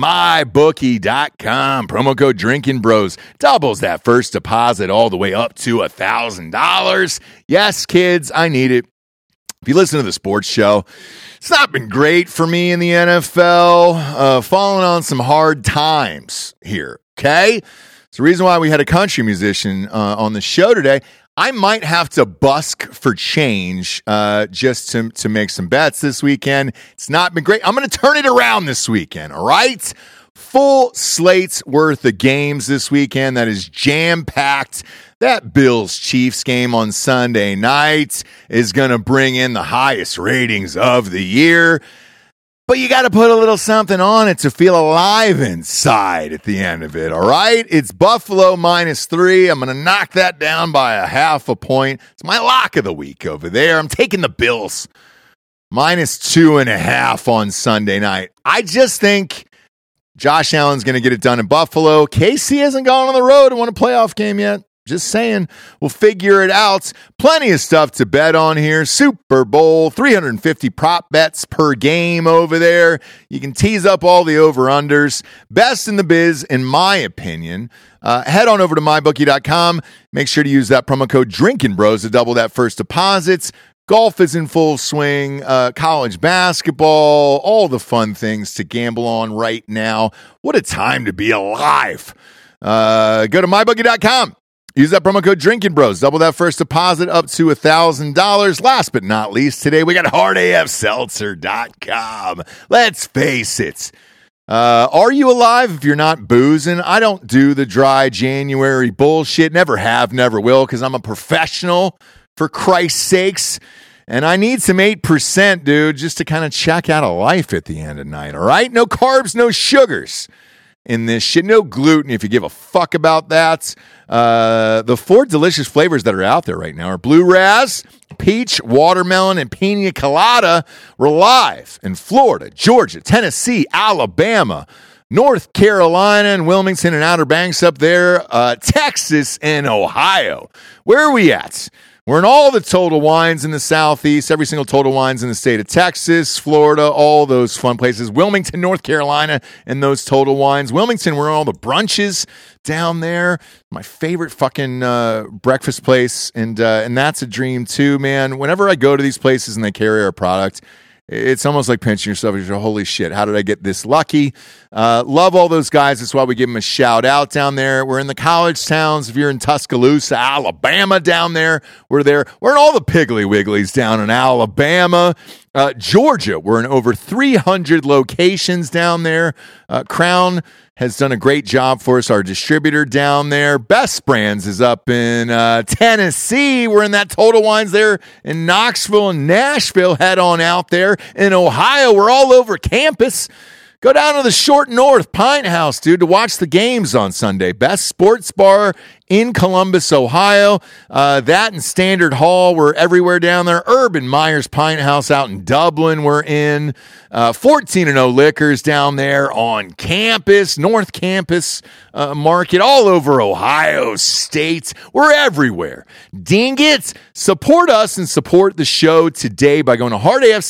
mybookie.com. Promo code drinking bros doubles that first deposit all the way up to a $1,000. Yes, kids, I need it. If you listen to the sports show, it's not been great for me in the NFL. Uh, falling on some hard times here. Okay, it's the reason why we had a country musician uh, on the show today. I might have to busk for change uh, just to to make some bets this weekend. It's not been great. I'm going to turn it around this weekend. All right. Full slates worth of games this weekend that is jam packed. That Bills Chiefs game on Sunday night is going to bring in the highest ratings of the year. But you got to put a little something on it to feel alive inside at the end of it. All right. It's Buffalo minus three. I'm going to knock that down by a half a point. It's my lock of the week over there. I'm taking the Bills minus two and a half on Sunday night. I just think. Josh Allen's going to get it done in Buffalo. KC hasn't gone on the road and won a playoff game yet. Just saying, we'll figure it out. Plenty of stuff to bet on here. Super Bowl, 350 prop bets per game over there. You can tease up all the over unders. Best in the biz, in my opinion. Uh, head on over to mybookie.com. Make sure to use that promo code Drinking Bros to double that first deposits. Golf is in full swing, uh, college basketball, all the fun things to gamble on right now. What a time to be alive. Uh, go to mybookie.com. Use that promo code Drinking Bros. Double that first deposit up to $1,000. Last but not least, today we got hardafseltzer.com. Let's face it. Uh, are you alive if you're not boozing? I don't do the dry January bullshit. Never have, never will, because I'm a professional, for Christ's sakes. And I need some 8%, dude, just to kind of check out of life at the end of the night, all right? No carbs, no sugars in this shit. No gluten if you give a fuck about that. Uh, the four delicious flavors that are out there right now are blue ras, peach, watermelon, and pina colada. We're live in Florida, Georgia, Tennessee, Alabama. North Carolina and Wilmington and Outer Banks up there, uh, Texas and Ohio. Where are we at? We're in all the total wines in the southeast, every single total wines in the state of Texas, Florida, all those fun places. Wilmington, North Carolina, and those total wines. Wilmington, we're in all the brunches down there. My favorite fucking uh, breakfast place, and uh, and that's a dream too, man. Whenever I go to these places and they carry our product, it's almost like pinching yourself. You're holy shit. How did I get this lucky? Uh, love all those guys. That's why we give them a shout out down there. We're in the college towns. If you're in Tuscaloosa, Alabama, down there, we're there. We're in all the Piggly Wigglies down in Alabama. Uh, Georgia, we're in over 300 locations down there. Uh, Crown has done a great job for us, our distributor down there. Best Brands is up in uh, Tennessee. We're in that Total Wines there in Knoxville and Nashville. Head on out there in Ohio. We're all over campus. Go down to the short north Pine House, dude, to watch the games on Sunday. Best sports bar in Columbus, Ohio. Uh, that and Standard Hall, we're everywhere down there. Urban Myers Pine House out in Dublin, we're in. Uh, 14 and 0 Liquors down there on campus, North Campus uh, Market, all over Ohio State. We're everywhere. Ding it. Support us and support the show today by going to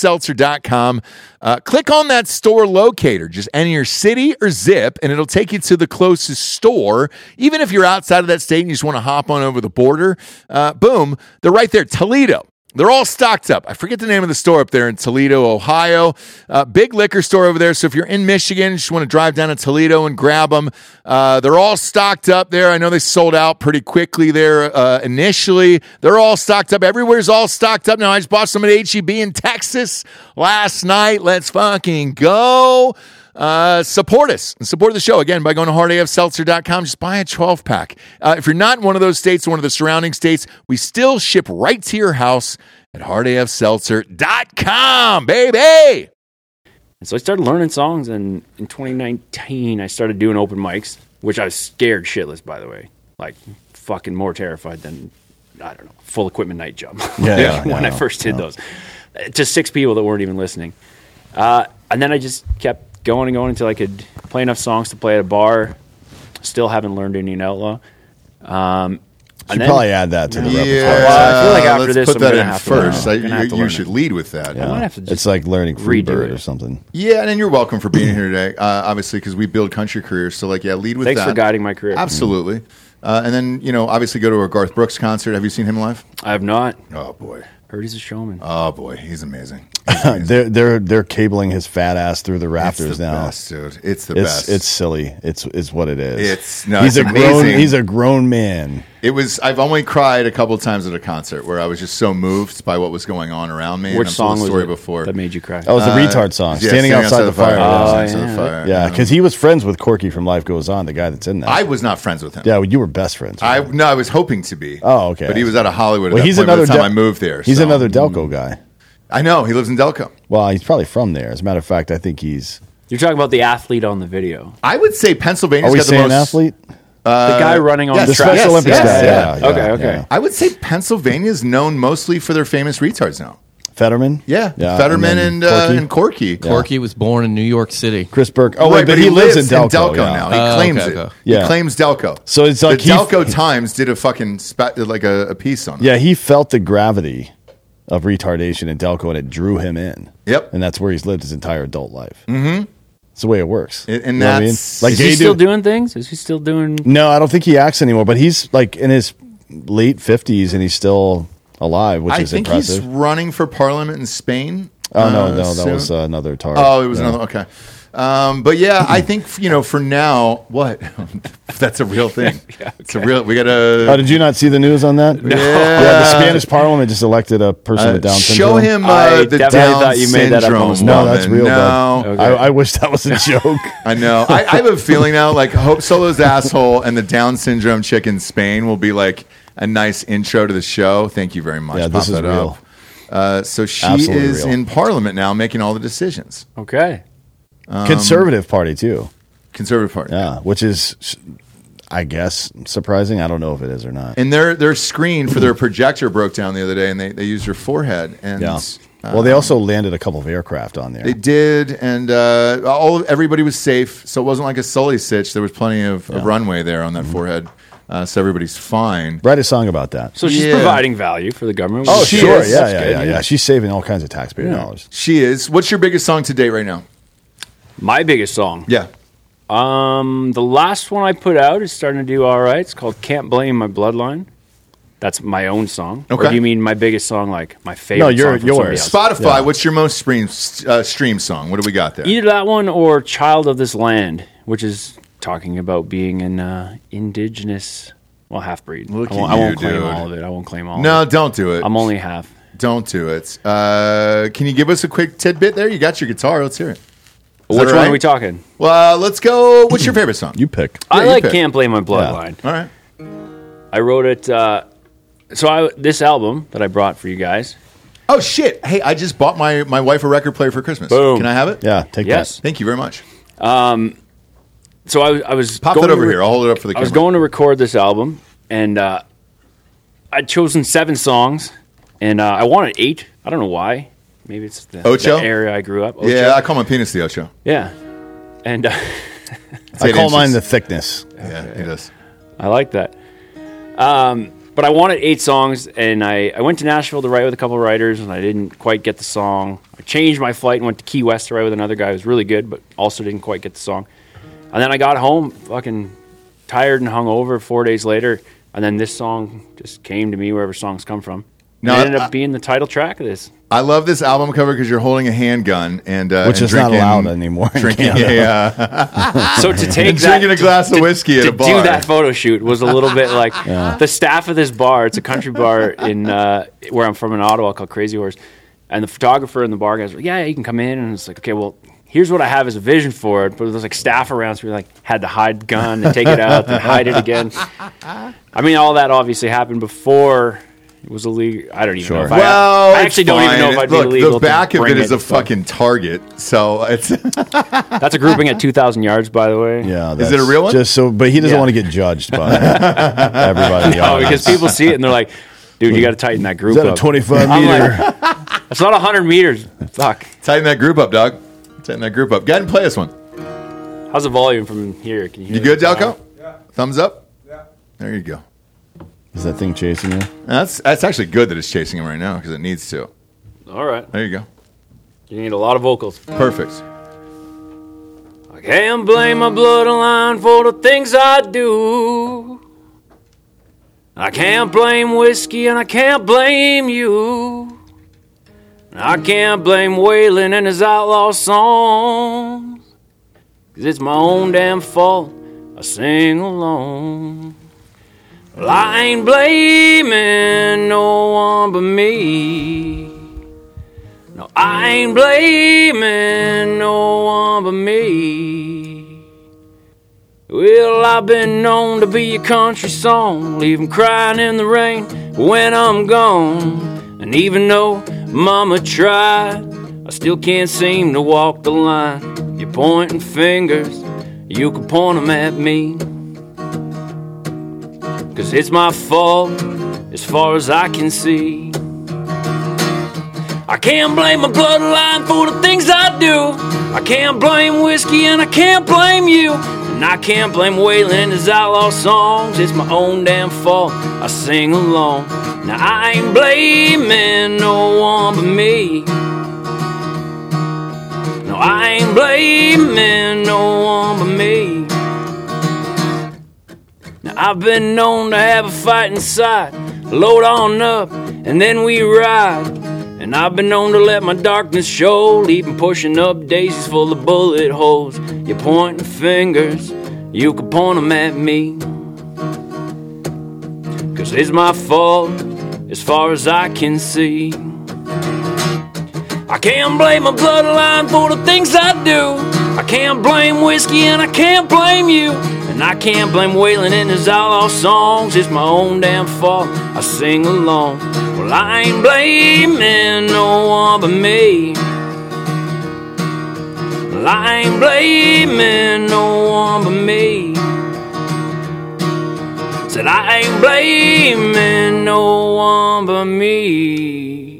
hardafseltzer.com. Uh, click on that store locator, just enter your city or zip, and it'll take you to the closest store. Even if you're outside of that state and you just want to hop on over the border, uh, boom, they're right there. Toledo. They're all stocked up. I forget the name of the store up there in Toledo, Ohio. Uh, big liquor store over there. So if you're in Michigan, just want to drive down to Toledo and grab them. Uh, they're all stocked up there. I know they sold out pretty quickly there uh, initially. They're all stocked up. Everywhere's all stocked up now. I just bought some at HEB in Texas last night. Let's fucking go. Uh, support us and support the show again by going to hardafseltzer.com. Just buy a 12 pack. Uh, if you're not in one of those states or one of the surrounding states, we still ship right to your house at hardafseltzer.com, baby. And so I started learning songs, and in 2019, I started doing open mics, which I was scared shitless, by the way. Like, fucking more terrified than, I don't know, full equipment night job. Yeah, yeah, when yeah, I first did those. To six people that weren't even listening. Uh, and then I just kept going and going until I could play enough songs to play at a bar. Still haven't learned Indian Outlaw. Um, should probably add that to the repertoire. Well, I feel like Yeah, after Uh, let's this, put I'm that gonna in have to learn first. it. I- I'm gonna have to you you learn should it. lead with that. might have to just it's like learning redo Freebird it. or something. Yeah, and, and you're welcome for being here today, uh, obviously, because we build country careers. So, like, yeah, lead with Thanks that. for mm. guiding my career. Absolutely. Uh, and then, you know, obviously go to a Garth Brooks concert. Have you seen him live? I have not Oh, boy. heard he's a showman. Oh, boy. He's amazing. They're they're they're cabling his fat ass through the It's rafters the now. best, dude. It's the It's best. it's silly. It's it's what it is. It's- no, he's it's a grown amazing. he's a grown man. It was. I've only cried a couple times at a concert where I was just so moved by what was going on around me. Which and I've told song the was story it before? that made you cry? That was the Uh, retard song, yeah, standing, outside, the fire. yeah, Oh, Standing Outside the yeah. Fire, yeah, because he was friends with Corky from Life Goes On, the guy that's in that. I was not friends with him. yeah, well, you were best friends. I right? no, I was hoping to be. Oh, okay. But he was out of Hollywood. well, at he's that point by another. the time Del- I moved there. He's so- Mm-hmm. another Delco guy. I know he lives in Delco. Well, he's probably from there. As a matter of fact, I think he's. You're talking about the athlete on the video, I would say Pennsylvania's Are we got the saying most athlete? the guy running on Uh, yes, the The that's track. right. Special Yes, Olympics yes, guy. yeah. Yeah. yeah, Okay, okay. yeah. I would say Pennsylvania's known mostly for their famous retards now. Fetterman. Yeah, yeah Fetterman then and uh, Corky. and Corky. Corky was born in New York City. Chris Burke. Oh, wait, but, he, lives, in Delco, yeah. now. He Oh, claims okay, it. okay. He Yeah. claims Delco. So it's like the he- Delco Times did a fucking spa- like a, a piece on it. Yeah, he felt the gravity of retardation in Delco, and it drew him in. Yep. and that's where he's lived his entire adult life. Mm-hmm. It's the way it works. And- and You know what that's- like Is gay he still dude- doing things? Is he still doing? No, I don't think he acts anymore. But he's like in his late fifties, and he's still alive, which I is think impressive. he's runing for parliament in Spain. oh no, uh, no, that soon. was uh, another tar. Oh, it was Yeah. another. Okay. Um, but yeah, I think you know. For now, what? That's a real thing. It's a real. We gotta. Oh, did you not see the news on that? No. Yeah, the Spanish Parliament just elected a person with Down syndrome. Uh, show him I uh, the definitely Down thought you made that up syndrome on the No, woman. that's real. No, bud. I, I wish that was a joke. I know. I, I have a feeling now, like Hope Solo's asshole and the Down syndrome chick in Spain will be like a nice intro to the show. Thank you very much. Yeah, this Pop is that real. up. Uh, so she Absolutely is real. in Parliament now, making all the decisions. Okay, Um, Conservative party too. Conservative Party. Yeah, which is, I guess, surprising. I don't know if it is or not. And their their screen for their projector broke down the other day, and they, they used her forehead. And yeah. uh, well, they also landed a couple of aircraft on there. They did, and uh, all everybody was safe, so it wasn't like a Sully sitch. There was plenty of, of runway there on that forehead, uh, so everybody's fine. Write a song about that. so she's Yeah. providing value for the government. oh, which is sure. is. Yeah, That's yeah, good. yeah, yeah. She's saving all kinds of taxpayer dollars. She is. What's your biggest song to date right now? My biggest song. Yeah, Um, the last one I put out is starting to do all right. It's called "Can't Blame My Bloodline." That's my own song. Or Okay. do you mean my biggest song, like my favorite? No, your- song from somebody yours. else? Spotify. What's your most stream uh, stream song? What do we got there? Either that one or "Child of This Land," which is talking about being an uh, indigenous, well, half breed. Look I won't, at I won't you, claim dude. all of it. I won't claim all. No, of don't do it. it. I'm only half. Don't do it. Uh, can you give us a quick tidbit there? You got your guitar. Let's hear it. that Which one right? are we talking? Well, uh, let's go. What's your favorite song? You pick. I you like pick. "Can't Blame My Bloodline." All right. I wrote it. Uh, so I, this album that I brought for you guys. Oh shit! Hey, I just bought my my wife a record player for Christmas. Boom. Can I have it? Yeah, take Yes. Thank you very much. So I, was- I was Pop going that to over re- here. I'll hold it up for the I camera. was going to record this album, and uh, I'd chosen seven songs, and uh, I wanted eight. I don't know why. Maybe it's the, Ocho? the area I grew up. Ocho. Yeah, I call my penis the Ocho. yeah. And uh, It's that. I eight call mine the inches. thickness. Yeah, it is. I like that. Um, but I wanted eight songs, and I, I went to Nashville to write with a couple of writers, and I didn't quite get the song. I changed my flight and went to Key West to write with another guy who was really good, but also didn't quite get the song. And then I got home, fucking tired and hungover. Four days later, and then this song just came to me wherever songs come from. No, No, it ended I- up being the title track of this. I love this album cover because you're holding a handgun and uh, Which and is not drinking- allowed anymore in Drinking, Canada. yeah, So to take that, drinking a glass of whiskey at to a bar. do that photo shoot was a little bit like the staff of this bar. It's a country bar in uh, where I'm from in Ottawa called Crazy Horse, and the photographer and the bar guys were like, "Yeah, yeah, you can come in." And it's like, "Okay, well, here's what I have as a vision for it." But there's like staff around, so we like had to hide the gun and take it out and hide it again. I mean, all that obviously happened before. It was illegal. I don't even know. If I, Well, Oh, I actually it's don't fine. even know if I'd Look, be illegal. the to back of bring it is a but- fucking target, so it's That's a grouping at two thousand yards, by the way. Yeah, Is it a that's real one? Just so, but he doesn't Yeah. want to get judged by everybody. in the Oh, audience. because people see it and they're like, "Dude, you got to tighten that group is that a up." twenty-five I'm meter? like, that's not 100 meters. Fuck. tighten that group up, dog. Tighten that group up. Go ahead and play us one. How's the volume from here? Can you hear You good, it? Delco? Yeah. Thumbs up? Yeah. There you go. Is that thing chasing you? That's that's actually good that it's chasing him right now because it needs to. All right. There you go. You need a lot of vocals. Perfect. I can't blame my bloodline for the things I do. I can't blame whiskey and I can't blame you. And I can't blame Waylon and his outlaw songs. 'Cause it's my own damn fault. I sing alone. Well, I ain't blaming no one but me. No, I ain't blaming no one but me. Well, I've been known to be a country song, leave 'em crying in the rain when I'm gone. And even though Mama tried, I still can't seem to walk the line. You're pointing fingers, you can point 'em at me. Cause it's my fault as far as I can see. I can't blame my bloodline for the things I do. I can't blame whiskey and I can't blame you. And I can't blame Waylon his outlaw songs. It's my own damn fault. I sing along. Now I ain't blaming no one but me. No, I ain't blaming no one but me. Now I've been known to have a fight inside. Load on up, and then we ride. And I've been known to let my darkness show, even pushing up daisies full of bullet holes. You're pointing fingers, you can point 'em at me. Cause it's my fault, as far as I can see. I can't blame my bloodline for the things I do. I can't blame whiskey and I can't blame you. And I can't blame Waylon and his outlaw songs. It's my own damn fault. I sing along. Well, I ain't blaming no one but me. Well, I ain't blaming no one but me. Said I ain't blaming no one but me.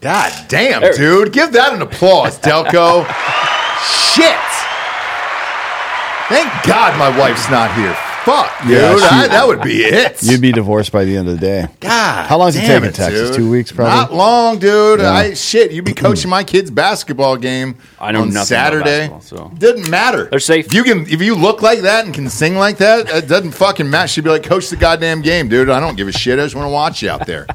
God damn, There. dude. Give that an applause, Delco. Shit. Thank God my wife's not here. Fuck, dude. Yeah, she- I- that would be it. You'd be divorced by the end of the day. God. How long does it damn take in Texas? dude. Two weeks, probably? Not long, dude. I shit. You'd be coaching my kids' basketball game. I know on nothing about Saturday. basketball, so- Doesn't matter. They're safe. If you can, if you look like that and can sing like that, it doesn't fucking matter. She'd be like, "Coach the goddamn game, dude. I don't give a shit. I just want to watch you out there."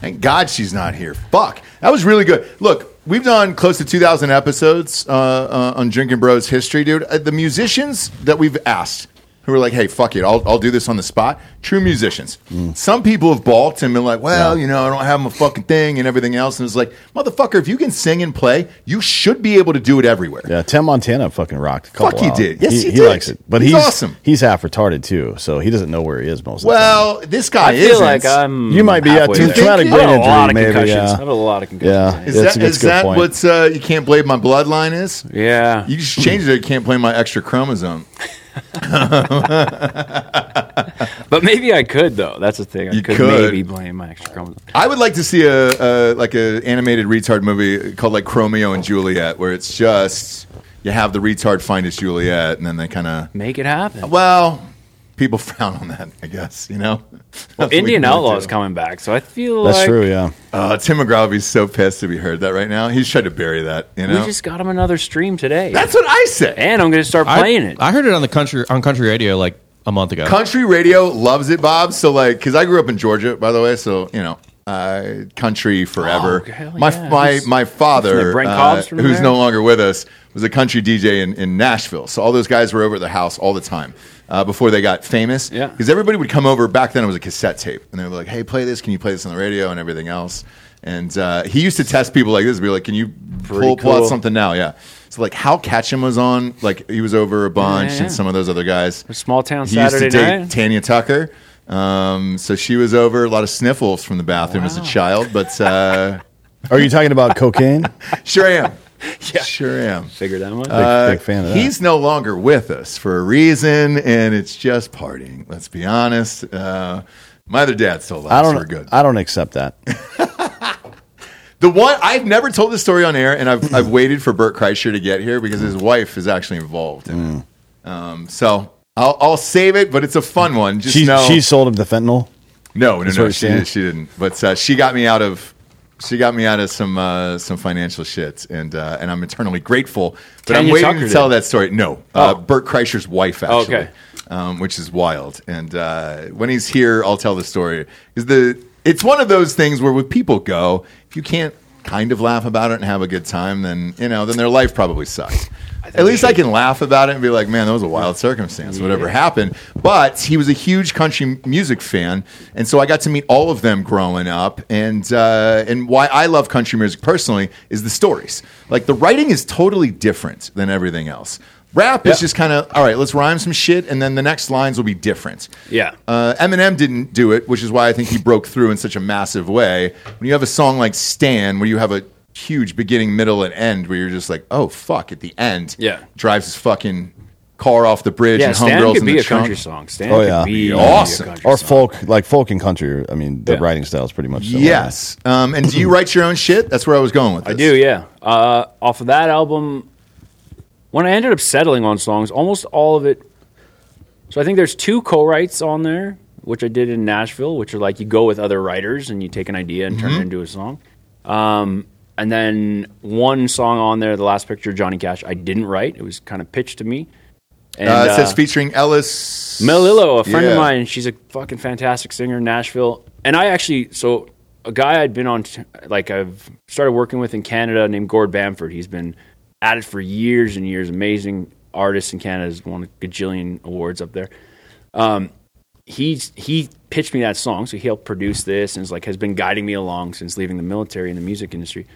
Thank God she's not here. Fuck. That was really good. Look. We've done close to 2,000 episodes uh, uh, on Drinking Bros history, dude. Uh, the musicians that we've asked who were like, hey, fuck it, I'll, I'll do this on the spot. True musicians. Some people have balked and been like, well, you know, I don't have my fucking thing and everything else. And it's like, motherfucker, if you can sing and play, you should be able to do it everywhere. Yeah, Tim Montana fucking rocked a couple. Fuck, he out. did. Yes, he did. likes it, but He's he's, awesome. He's half retarded too, so he doesn't know where he is most. Well, this guy I feel is. like of I'm. the time. you might be at halfway too there. try traumatic Thank you. I brain have a injury, lot of maybe. concussions. I Yeah, have a lot of yeah. concussions. Is that's a that, good, is good that point. what's uh, you can't blame my bloodline is? Yeah. You Hmm. just changed it. You can't blame my extra chromosome. But maybe I could though. That's the thing. I You could, could. maybe blame my extra chromosome. I would like to see a, a like a animated retard movie called like Romeo and Juliet, where it's just you have the retard find his Juliet, and then they kind of Make it happen. Well, people frown on that, I guess. You know, That's Indian what we Outlaw is do. coming back, so I feel That's like true. Yeah, Uh, Tim McGraw—he's so pissed to be heard that right now. He's trying to bury that. You we know, just got him another stream today. that's what I say. and I'm gonna start playing I, it. I heard it on the country on country radio like a month ago. country radio loves it, Bob. So like, because I grew up in Georgia, by the way. So you know, uh, country forever. Oh, hell my yeah. my Who's- my isn't it father, Brent uh, Cobb's from who's there? no longer with us, was a country DJ in, in Nashville. So all those guys were over at the house all the time. Uh, before they got famous, Yeah. because everybody would come over. Back then, it was a cassette tape, and they were like, "Hey, play this. Can you play this on the radio and everything else?" And uh, he used to test people like this, be like, "Can you pull, pull out cool. something now?" Yeah. So like, Hal Ketchum was on. Like he was over a bunch, yeah, yeah. and some of those other guys. Small town He Saturday used to date night. Tanya Tucker. Um, so she was over a lot of sniffles from the bathroom as a child, but uh, are you talking about cocaine? sure am. Sure am. Figure that much. Uh, big fan of that. He's no longer with us for a reason, and it's just partying. Let's be honest. Uh, my other dad's still alive. I so we're don't. good. I don't accept that. The one I've never told this story on air, and I've, I've waited for Burt Kreischer to get here because his wife is actually involved. In it. Um, so I'll, I'll save it, but it's a fun one. Just She, know she sold him the fentanyl. no, no, That's no. what She, you're saying? did, she didn't. But uh, she got me out of she got me out of some uh, some financial shit, and uh, and I'm eternally grateful. But I'm Tanya waiting Tucker to tell did. that story. No, uh, Oh. Bert Kreischer's wife actually, Okay. um, which is wild. And uh, when he's here, I'll tell the story. Is the it's one of those things where with people go, if you can't kind of laugh about it and have a good time, then you know, then their life probably sucks. At least I can laugh about it and be like, man, that was a wild circumstance, whatever happened. But he was a huge country m- music fan, and so I got to meet all of them growing up. And uh, and why I love country music personally is the stories. Like the writing is totally different than everything else. Rap is Yeah. just kind of all right. Let's rhyme some shit, and then the next lines will be different. Yeah. Uh, Eminem didn't do it, which is why I think he broke through in such a massive way. When you have a song like Stan, where you have a huge beginning, middle, and end, where you're just like, oh, fuck, at the end, Yeah. drives his fucking car off the bridge yeah, and Stan homegirls in could the be a trunk. country song. Stan Oh, could yeah. be a Awesome. country Or song. folk, like folk and country. I mean, the Yeah. writing style is pretty much similar. Yes. Um, and do you write your own shit? That's where I was going with this. I do, yeah. Uh, off of that album, when I ended up settling on songs, almost all of it. So I think there's two co-writes on there, which I did in Nashville, which are like you go with other writers and you take an idea and turn Mm-hmm. it into a song. Um, and then one song on there, the last picture, Johnny Cash, I didn't write. It was kind of pitched to me. And, Uh, it says uh, featuring Ellis Melillo, a friend Yeah. of mine, she's a fucking fantastic singer in Nashville. And I actually, so a guy I'd been on, t- like I've started working with in Canada named Gord Bamford. He's been at it for years and years. Amazing artist in Canada. Has won a gajillion awards up there. Um, he's, he pitched me that song. So he helped produce this and is like, has been guiding me along since leaving the military and the music industry.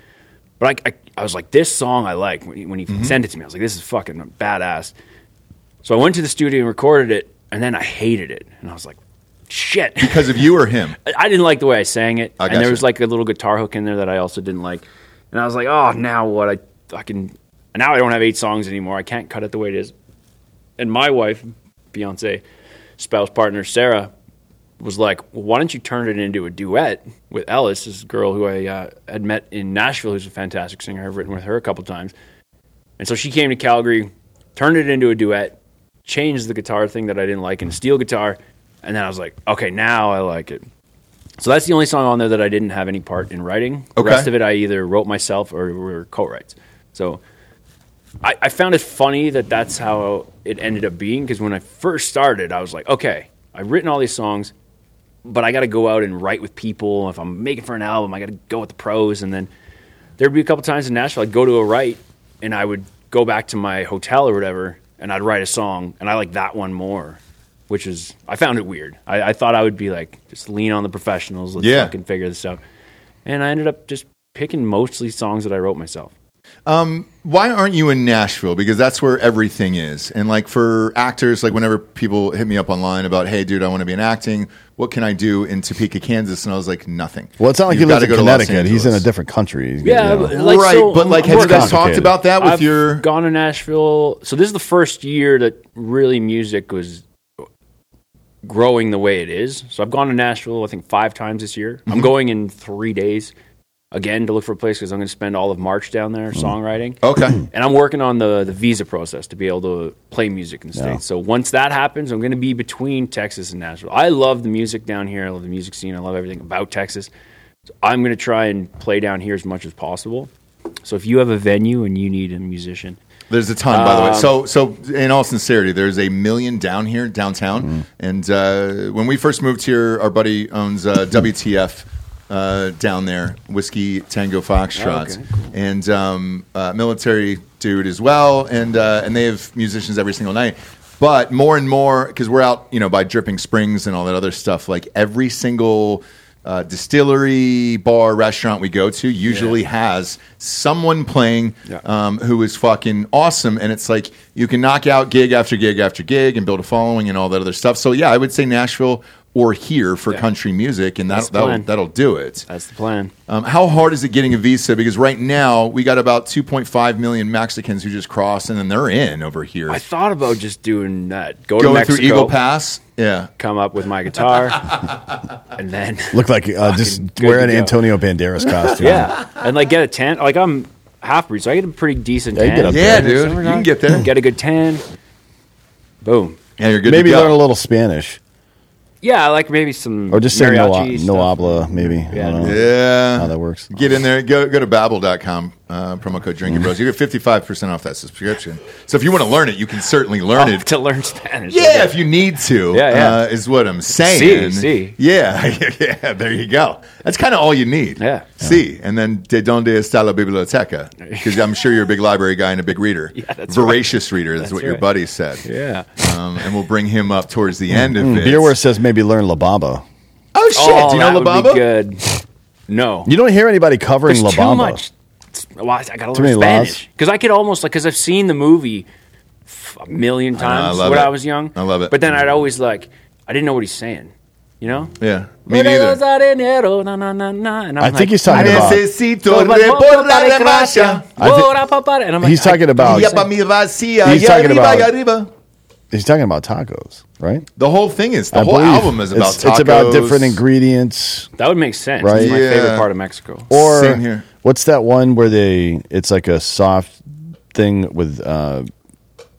But I, I, I was like, this song I like. When he, when he sent it to me, I was like, this is fucking badass. So I went to the studio and recorded it, and then I hated it. And I was like, shit. I Because of you or him? I didn't like the way I sang it. I and there gotcha. was like a little guitar hook in there that I also didn't like. And I was like, oh, now what? I fucking. Now I don't have eight songs anymore. I can't cut it the way it is. And my wife, fiance, spouse, partner, Sarah, was like, well, why don't you turn it into a duet with Ellis, this girl who I uh, had met in Nashville, who's a fantastic singer. I've written with her a couple times. And so she came to Calgary, turned it into a duet, changed the guitar thing that I didn't like in steel guitar, and then I was like, okay, now I like it. So that's the only song on there that I didn't have any part in writing. The Okay. rest of it I either wrote myself or were co-writes. So I, I found it funny that that's how it ended up being because when I first started, I was like, okay, I've written all these songs, but I got to go out and write with people. If I'm making for an album, I got to go with the pros. And then there'd be a couple times in Nashville, I'd go to a write and I would go back to my hotel or whatever and I'd write a song and I like that one more, which is, I found it weird. I, I thought I would be like, just lean on the professionals. Let's Yeah. fucking figure this out. And I ended up just picking mostly songs that I wrote myself. why aren't you in Nashville? Because that's where everything is. And like for actors, like whenever people hit me up online about, hey, dude, I want to be in acting. What can I do in Topeka, Kansas? And I was like, nothing. Well, it's not like You've he lives gotta in go to Los Connecticut. He's in a Angeles. different country. He's- Yeah, you know. but- like, right, so- but like, have We're you guys talked complicated. about that with I've your? gone to Nashville. So this is the first year that really music was growing the way it is. So I've gone to Nashville, I think five times this year. Mm-hmm. I'm going in three days again to look for a place because I'm going to spend all of March down there Mm. songwriting. Okay, And I'm working on the, the visa process to be able to play music in the States. So once that happens, I'm going to be between Texas and Nashville. I love the music down here. I love the music scene. I love everything about Texas. So I'm going to try and play down here as much as possible. So if you have a venue and you need a musician, there's a ton, by the way. So, so in all sincerity, there's a million down here downtown. Mm-hmm. And uh, when we first moved here, our buddy owns uh, WTF. Uh, down there, whiskey Tango Foxtrots, and um, uh, military dude as well, and uh, and they have musicians every single night. But more and more, because we're out, you know, by Dripping Springs and all that other stuff. Like every single uh, distillery, bar, restaurant we go to usually has someone playing Yeah. um, who is fucking awesome. And it's like you can knock out gig after gig after gig and build a following and all that other stuff. So yeah, I would say Nashville or here for country music, and That's that, the that'll, plan. that'll do it. That's the plan. Um, how hard is it getting a visa? Because right now we got about 2.5 million Mexicans who just crossed, and then they're in over here. I thought about just doing that. Go to Going Mexico, through Eagle Pass, yeah. come up with my guitar, and then Look like uh, just good wear to an go. Antonio Banderas costume. yeah, and like get a tent. Like I'm half breed, so I get a pretty decent Yeah, you tan. get up Yeah, there. dude. You can get there. Get a good tan. Boom. Yeah, you're good. Maybe to go. learn a little Spanish Yeah, like maybe some or just say no, mariachi no stuff. habla, maybe. I don't know Yeah, how that works. Get in there. Go go to babbel.com, uh, promo code Drinking Bros. You get 55% off that subscription. So if you want to learn it, you can certainly learn it. to learn Spanish. Yeah, if you need to, Yeah, yeah. Uh, is what I'm saying. Si, si. Yeah, yeah, there you go. That's kind of all you need. Yeah. See, and then de donde está la biblioteca? Because I'm sure you're a big library guy and a big reader. Yeah, that's Voracious reader, that's, what your right. buddy said. Yeah. Um, and we'll bring him up towards the end Mm, of it. Beerware says maybe learn La Bamba. Oh, shit. Oh, Do you know that La would Bamba? be good. No. You don't hear anybody covering There's La too Bamba. much. it's- Well, I I gotta Too learn many laws. Spanish because I could almost like because I've seen the movie f- a million I times love when it. I was young. I love it. But then I'd always like I didn't know what he's saying. You know. Yeah. Me neither. I think he's talking about. Necesito reportar la marcha. And I'm like, He's talking I- about. Ya pa' mi vacía, He's ya talking arriba, about- ya uh, arriba. He's talking about tacos, right? The whole thing is Oh. the I whole believe. album is about it's, It's about tacos. different ingredients. that would make sense. Right. It's my Yeah. favorite part of Mexico. Or Same here. what's that one where they? It's like a soft thing with uh,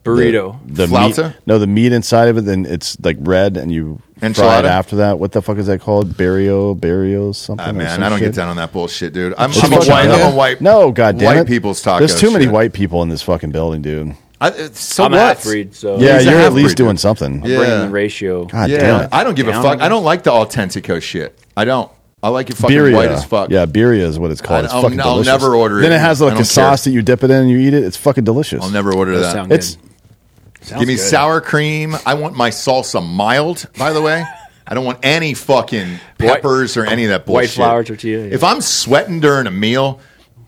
Burrito. the Flauta? meat. No, the meat inside of it, then it's like red, and you fry Enchilada? it after that. What the fuck is that called? Barrio, barrios, something. Ah, or man, some I don't shit. get down on that bullshit, dude. I'm, It's I'm a fucking- white. I'm a white. No, goddamn white it. people's taco. There's too many shit. white people in this fucking building, dude. I, uh, so I'm a what? half breed, so Yeah, he's a you're at half-breed, least doing dude. something. Yeah. bringing the ratio. God Yeah, damn it. I don't give a Down, fuck. I I don't like the Authentico shit. I don't. I like it fucking Birria. white as fuck. Yeah, birria is what it's called. It's I'll- fucking I'll delicious. never order Then it. it has I like don't a sauce care. that you dip it in and you eat it. It's fucking delicious. I'll never order Does that. sound It's Give me sour cream. I want my salsa mild. By the way, I don't want any fucking peppers or any of that bullshit. White flour tortilla, yeah. If I'm sweating during a meal,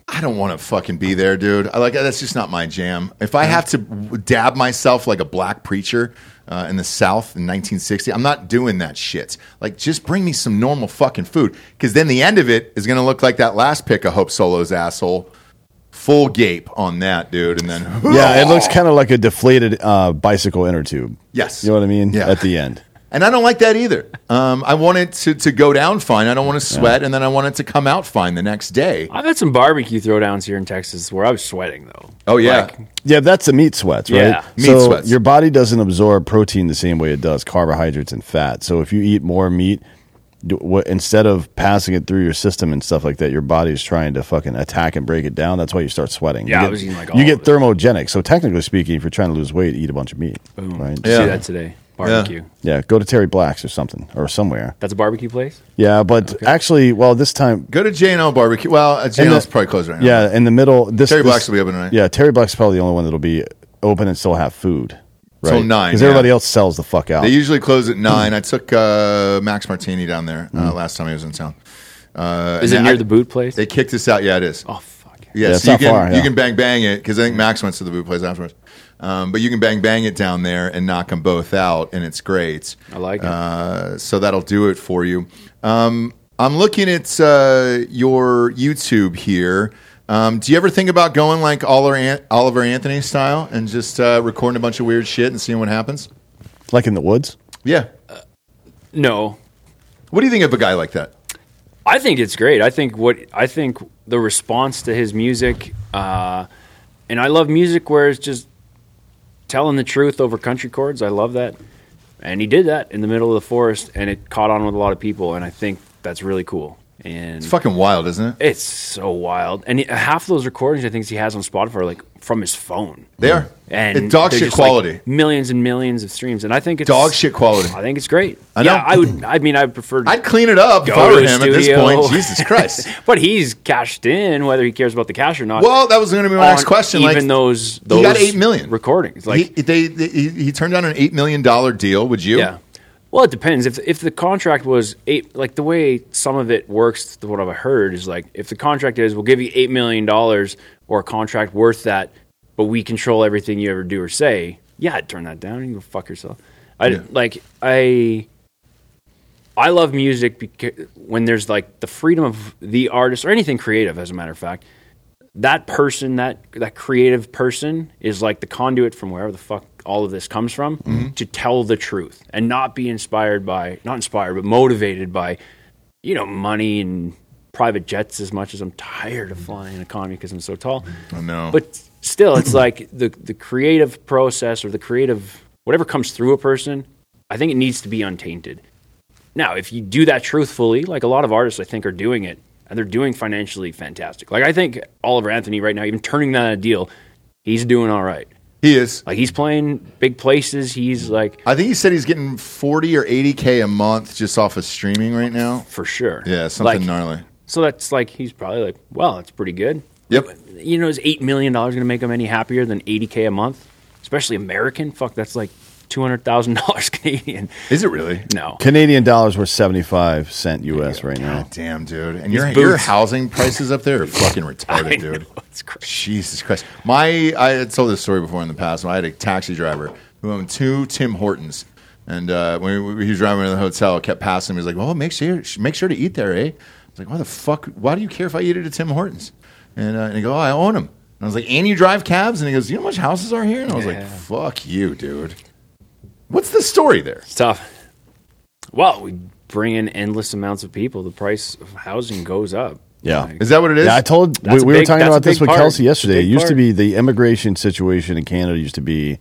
I don't want to fucking be there, dude. I like that's just not my jam. If I have to dab myself like a black preacher uh, in the South in 1960, I'm not doing that shit. Like, just bring me some normal fucking food, because then the end of it is gonna look like that last pick of Hope Solo's asshole. Full gape on that, dude, and then yeah, it looks kind of like a deflated uh, bicycle inner tube. Yes. You know what I mean? Yeah. At the end. And I don't like that either. Um, I want it to, to go down fine. I don't want to sweat, and then I want it to come out fine the next day. I've had some barbecue throwdowns here in Texas where I was sweating though. Oh yeah, Like, Yeah, that's the meat sweats, right? Yeah. Meat so sweats. Your body doesn't absorb protein the same way it does carbohydrates and fat. So if you eat more meat, do, what, instead of passing it through your system and stuff like that, your body is trying to fucking attack and break it down. That's why you start sweating. Yeah, I you get, was eating, like, you all get of it. thermogenic. So technically speaking, if you're trying to lose weight, eat a bunch of meat, right? Yeah. See that today. Barbecue. Yeah, go to Terry Black's or something or somewhere. That's a barbecue place. Yeah, but actually, well, this time go to J and L Barbecue. Well, uh, J In and the- L's probably closed right now. Yeah, in the middle. This Terry this- Black's will be open tonight. Yeah, Terry Black's probably the only one that'll be open and still have food. Right? Till nine, Because everybody yeah. else sells the fuck out. they usually close at nine. I took uh, Max Martini down there uh, last time he was in town. Uh, Is and it I- near the boot place? They kicked us out. Yeah, it is. oh fuck. Yeah, Yeah, it's so you not can far, you yeah. can bang bang it because I think Max went to the boot place afterwards. Um, but you can bang bang it down there and knock them both out, and it's great. I like it. Uh, so that'll do it for you. Um, I'm looking at uh, your YouTube here. Um, do you ever think about going like Oliver, An- Oliver Anthony style and just uh, recording a bunch of weird shit and seeing what happens? like in the woods. Yeah. No, What do you think of a guy like that? I think it's great. I think what I think the response to his music, uh, and I love music where it's just telling the truth over country chords. I love that, and he did that in the middle of the forest, and it caught on with a lot of people, and I think that's really cool. And It's fucking wild, isn't it? it's so wild. And he- half those recordings I think he has on Spotify are like from his phone. They are. And It's dog they're shit just, like, quality. millions and millions of streams, and I think it's Dog shit quality. I think it's great. I know. Yeah, I would. I mean, I would prefer. I'd clean it up if Go I were to the him at this studio. point. Jesus Christ. But he's cashed in, whether he cares about the cash or not. Well, Oh, that was going to be my on next question. Even like, those, those he got eight million recordings, like he, they, they- he, he turned down an eight million dollar deal. Would you? yeah. Well, it depends. If if the contract was eight, like the way some of it works, what I've heard is like if the contract is we'll give you eight million dollars or a contract worth that, but we control everything you ever do or say. Yeah, I'd turn that down. You can go fuck yourself. I Yeah. like I I love music because when there's like the freedom of the artist or anything creative, as a matter of fact, that person, that that creative person, is like the conduit from wherever the fuck all of this comes from Mm-hmm. to tell the truth and not be inspired by, not inspired, but motivated by, you know, money and private jets as much as I'm tired of flying economy because I'm so tall. I know. But still, it's like the the creative process or the creative whatever comes through a person. I think it needs to be untainted. Now, if you do that truthfully, like a lot of artists I think are doing it, and they're doing financially fantastic. Like I think Oliver Anthony right now, even turning down a deal, he's doing all right. he is. Like he's playing big places. He's like I think he said he's getting 40 or 80K a month just off of streaming right now. for sure. Yeah, something Like, gnarly. So that's like he's probably like, well, that's pretty good. Yep. You know, is eight million dollars going to make him any happier than eighty k a month? Especially American. Fuck, that's like two hundred thousand dollars Canadian. Is it really? No, Canadian dollars were seventy five cent U.S. right now. God damn, dude. And your, your boots. housing prices up there are fucking retarded, I know, dude. it's crazy. Jesus Christ. My I had told this story before in the past. When I had a taxi driver who owned two Tim Hortons. And uh, when we- he was driving to the hotel, kept passing me. He's like, "Well, make sure make sure to eat there, eh?" I was like, "Why the fuck? Why do you care if I eat at a Tim Hortons?" And, uh, and he goes, "Oh, I own them." And I was like, "And you drive cabs?" And he goes, "You know how much houses are here?" And I was like, "Fuck you, dude." What's the story there? It's tough. Well, we bring in endless amounts of people. The price of housing goes up. Yeah. Like, Is that what it is? Yeah, I told we, That's a we were big- talking that's a about this big with part. Kelsey yesterday. It That's a big used to part. be the immigration situation in Canada used to be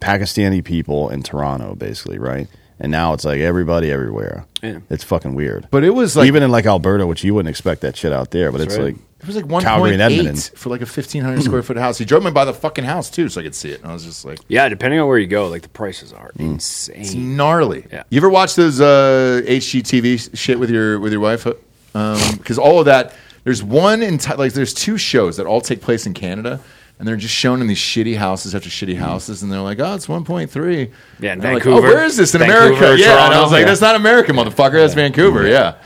Pakistani people in Toronto, basically, right? And now it's like everybody everywhere. Yeah. It's fucking weird. but it was like even in like Alberta, which you wouldn't expect that shit out there, but it's right. like It was like Calgary and Edmonton. 1.8 for like a 1,500 square foot house. He drove me by the fucking house too, so I could see it. And I was just like, yeah, depending on where you go, like the prices are Mm. it's insane. gnarly. Yeah. You ever watch those uh, HGTV shit with your with your wife? Because all of that, there's one enti- like there's two shows that all take place in Canada, and they're just shown in these shitty houses after shitty houses, and they're like, oh, it's 1.3. Yeah, And in I'm like, Vancouver. oh, where is this in Vancouver, America? Yeah, and I Toronto. was like, Yeah. that's not America, motherfucker. That's Vancouver. Yeah.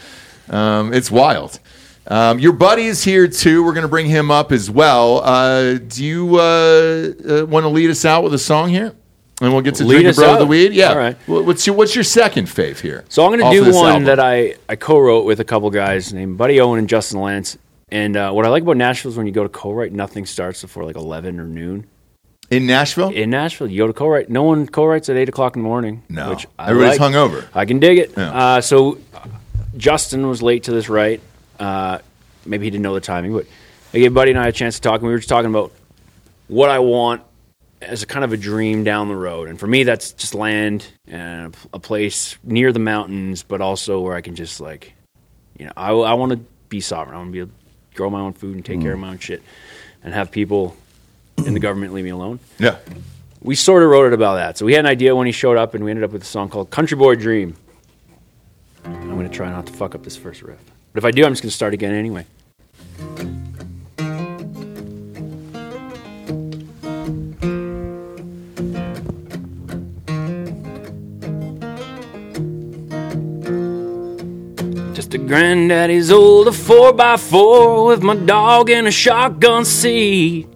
Um, it's wild. Um, your buddy is here too. We're going to bring him up as well. Uh, do you uh, uh, want to lead us out with a song here? And we'll get to Lead Drink a us Bro of the out. Weed. Yeah. All right. Wha- What's your, what's your second fave here? So I'm going off to do of this one album? that I, I co-wrote with a couple guys named Buddy Owen and Justin Lance. And uh, what I like about Nashville is when you go to co-write, nothing starts before like 11 or noon. In Nashville? In Nashville, you go to co-write. No one co-writes at 8 o'clock in the morning. No. Which I Everybody's like. hungover. I can dig it. Yeah. Uh, so Justin was late to this right. Uh, maybe he didn't know the timing, but I gave Buddy and I a chance to talk, and we were just talking about what I want as a kind of a dream down the road. And for me, that's just land and a pl- a place near the mountains, but also where I can just like, you know, I, want to be sovereign. I want to be able to grow my own food and take care Mm. of my own shit, and have people in the government leave me alone yeah. we sort of wrote it about that. So we had an idea when he showed up, and we ended up with a song called Country Boy Dream. I'm going to try not to fuck up this first riff. But if I do, I'm just going to start again anyway. Just a granddaddy's old 4x4 with my dog and a shotgun seat.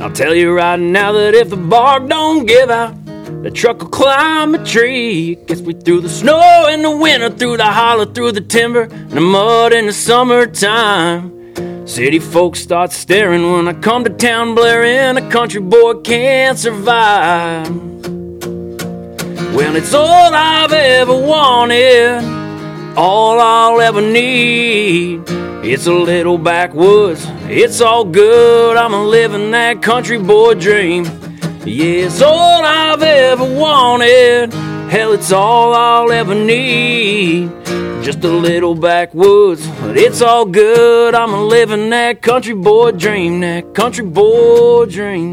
I'll tell you right now that if the bark don't give out, the truck will climb a tree. Gets me through the snow in the winter, through the holler, through the timber, and the mud in the summertime. City folks start staring when I come to town blaring, a country boy can't survive. Well, it's all I've ever wanted, all I'll ever need. It's a little backwoods, it's all good. I'm living that country boy dream. Yeah, it's all I've ever wanted. Hell, it's all I'll ever need. Just a little backwoods, but it's all good. I'm living that country boy dream, that country boy dream.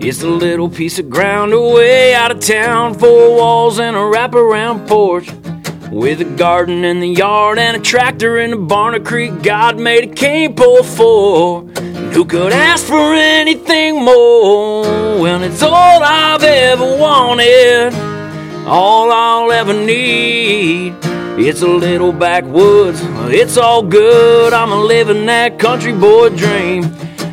It's a little piece of ground away out of town, four walls and a wraparound porch. With a garden in the yard and a tractor in the barn, a creek God made a camp for. And who could ask for anything more? Well, it's all I've ever wanted, all I'll ever need. It's a little backwoods, it's all good. I'm living that country boy dream.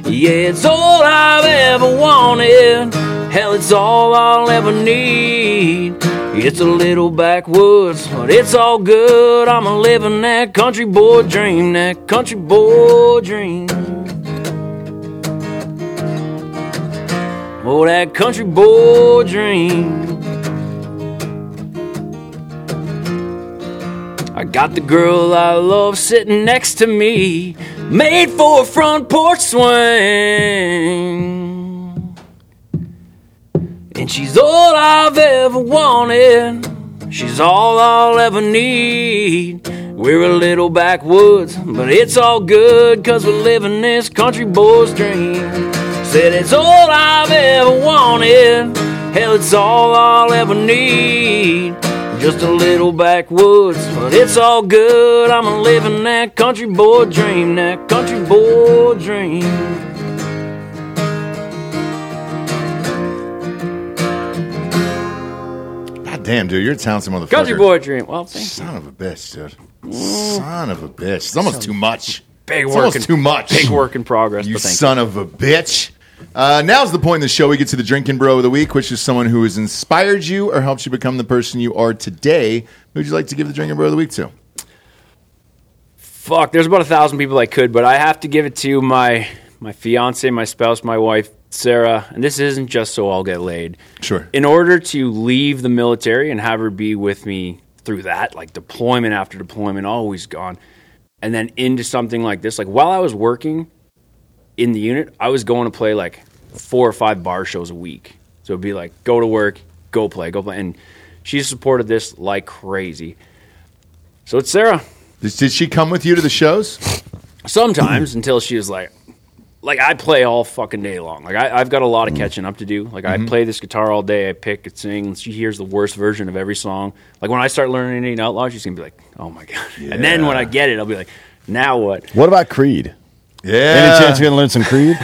Yeah, it's all I've ever wanted, Hell, it's all I'll ever need. It's a little backwoods, but it's all good. I'm a living that country boy dream, that country boy dream. Oh, that country boy dream. I got the girl I love sitting next to me, made for a front porch swing. And she's all I've ever wanted, she's all I'll ever need. We're a little backwoods, but it's all good, cause we're living this country boy's dream. Said it's all I've ever wanted. Hell, it's all I'll ever need. Just a little backwoods, but it's all good. I'm a living that country boy dream, that country boy dream. God damn, dude, you're a talented motherfucker. Country boy dream. Well, thanks. Son of a bitch, dude. Son of a bitch. It's almost too much. Big it's work almost in- too much. Big work in progress, You but thank son of a bitch. Uh, now's the point in the show we get to the drinking bro of the week, which is someone who has inspired you or helped you become the person you are today. Who would you like to give the drinking bro of the week to? fuck, there's about a thousand people I could, but I have to give it to my my fiance, my spouse, my wife, Sarah. And this isn't just so I'll get laid. Sure. In order to leave the military and have her be with me through that, like deployment after deployment, always gone, and then into something like this. Like while I was working in the unit, I was going to play like four or five bar shows a week. So it'd be like go to work, go play, go play, and she supported this like crazy. So it's Sarah Did, did she come with you to the shows? sometimes until she was like like i play all fucking day long like I, i've got a lot Mm-hmm. of catching up to do like i play this guitar all day i pick and sing and she hears the worst version of every song like when i start learning indian outlaw she's gonna be like oh my god and then when i get it i'll be like now what What about Creed? Any Uh, Yeah. chance you're gonna learn some Creed?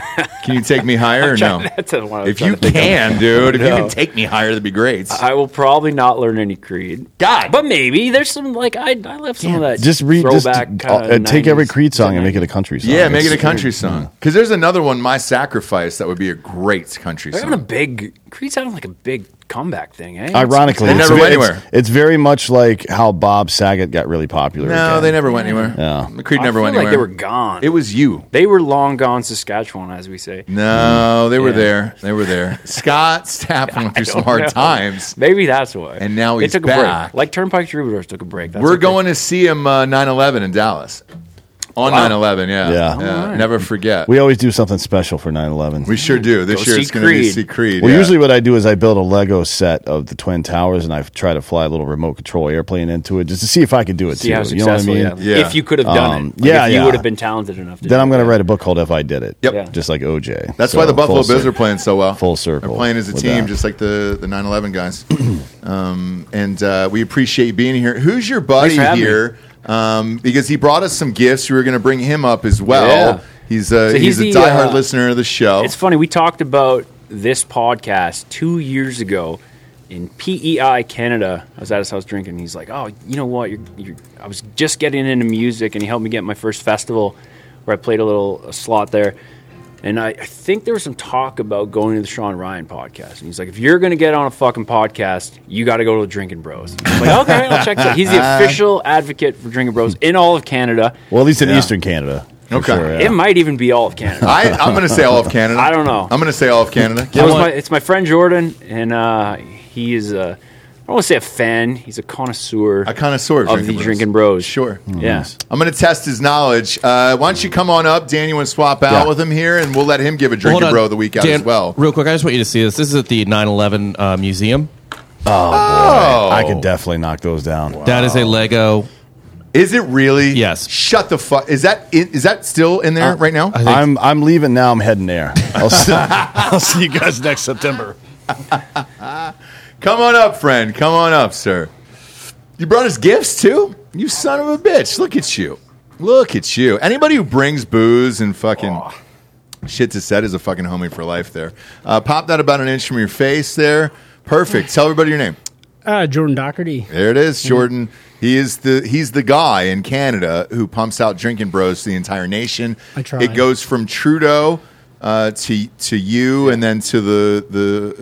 Can you take me higher or no? that's the one I was If trying you to think of. can, dude, if you No. can take me higher, that'd be great. i will probably not learn any creed God. but maybe there's some like i, I left some of that Just read, just throwback uh, kinda take every 90s. Creed song and make it a country song. yeah, make it a It's- country song. Because there's another one, My Sacrifice, that would be a great country they're having a song. big creed's having like a big comeback thing eh Ironically, They it's never ve- went it's- anywhere. It's, very much like how Bob Saget got really popular. No, again. they never went anywhere. Yeah. The Creed I never feel went like anywhere. they were gone It was you. They were long gone Saskatchewan, as we say. No, they were Yeah. there. They were there. Scott Staff went through some don't hard know. times. Maybe that's why. And now he's they took a back. break. Like Turnpike Troubadours took a break. That's we're what they- going to see him uh, 9/11 in Dallas on 9/11. Yeah, Yeah. Never forget. We always do something special for 9 11. We sure do. This Go year see it's going to be Creed. see Creed. Well, yeah. usually what I do is I build a Lego set of the Twin Towers and I try to fly a little remote control airplane into it just to see if I could do it See too. how you know what I successful. mean? Yeah. If you could have done Um, it, Like, yeah, if you yeah. would have been talented enough. To Then do I'm going it. to write a book called If I Did It. Yep. Yeah. Just like OJ. That's So, why the Buffalo full Bills circle. are playing so well. Full circle They're playing as a with team, that. just like the the 9/11 guys. um, and uh, we appreciate you being here. Who's your buddy Thanks for having here? Um, because he brought us some gifts. We were going to bring him up as well. Yeah. He's So a he's, he's a the, diehard uh, listener of the show. It's funny. We talked about this podcast two years ago in PEI Canada. I was at his house drinking. And he's like, "Oh, you know what? You're, you're, I was just getting into music, and he helped me get my first festival where I played a little a slot there." And I, I think there was some talk about going to the Sean Ryan podcast. And he's like, if you're going to get on a fucking podcast, you got to go to the Drinking Bros. I'm like, okay, I'll check that. He's the official advocate for Drinking Bros in all of Canada. Well, at least in Yeah. Eastern Canada. for Okay. sure, yeah. It might even be all of Canada. I, I'm going to say all of Canada. I don't know. I'm going to say all of Canada. That was my, it's my friend Jordan, and uh, he is a, I don't want to say a fan, he's a connoisseur. a connoisseur of, Of the Drinking Bros. Sure. Hmm. Yeah. I'm going to test his knowledge. Uh, why don't you come on up, Dan? You want to swap out Yeah. with him here, and we'll let him give a Hold Drinking on. Bro of the week out Dan, as well. Real quick, I just want you to see this. This is at the 9 11 uh, museum. Oh, I could definitely knock those down. That is a Lego. Is it really? Yes. Shut the fuck. Is that in, is that still in there right now? think- I'm I'm leaving now. I'm heading there. I'll see, I'll see you guys next September. Come on up, friend. Come on up, sir. You brought us gifts too? You son of a bitch. Look at you. Look at you. Anybody who brings booze and fucking shit to set is a fucking homie for life there. Uh, pop that about an inch from your face there. Perfect. Tell everybody your name. Uh, Jordan Doherty. There it is, Jordan. He is the he's the guy in Canada who pumps out drinking bros to the entire nation. I try. It goes from Trudeau uh, to to you and then to the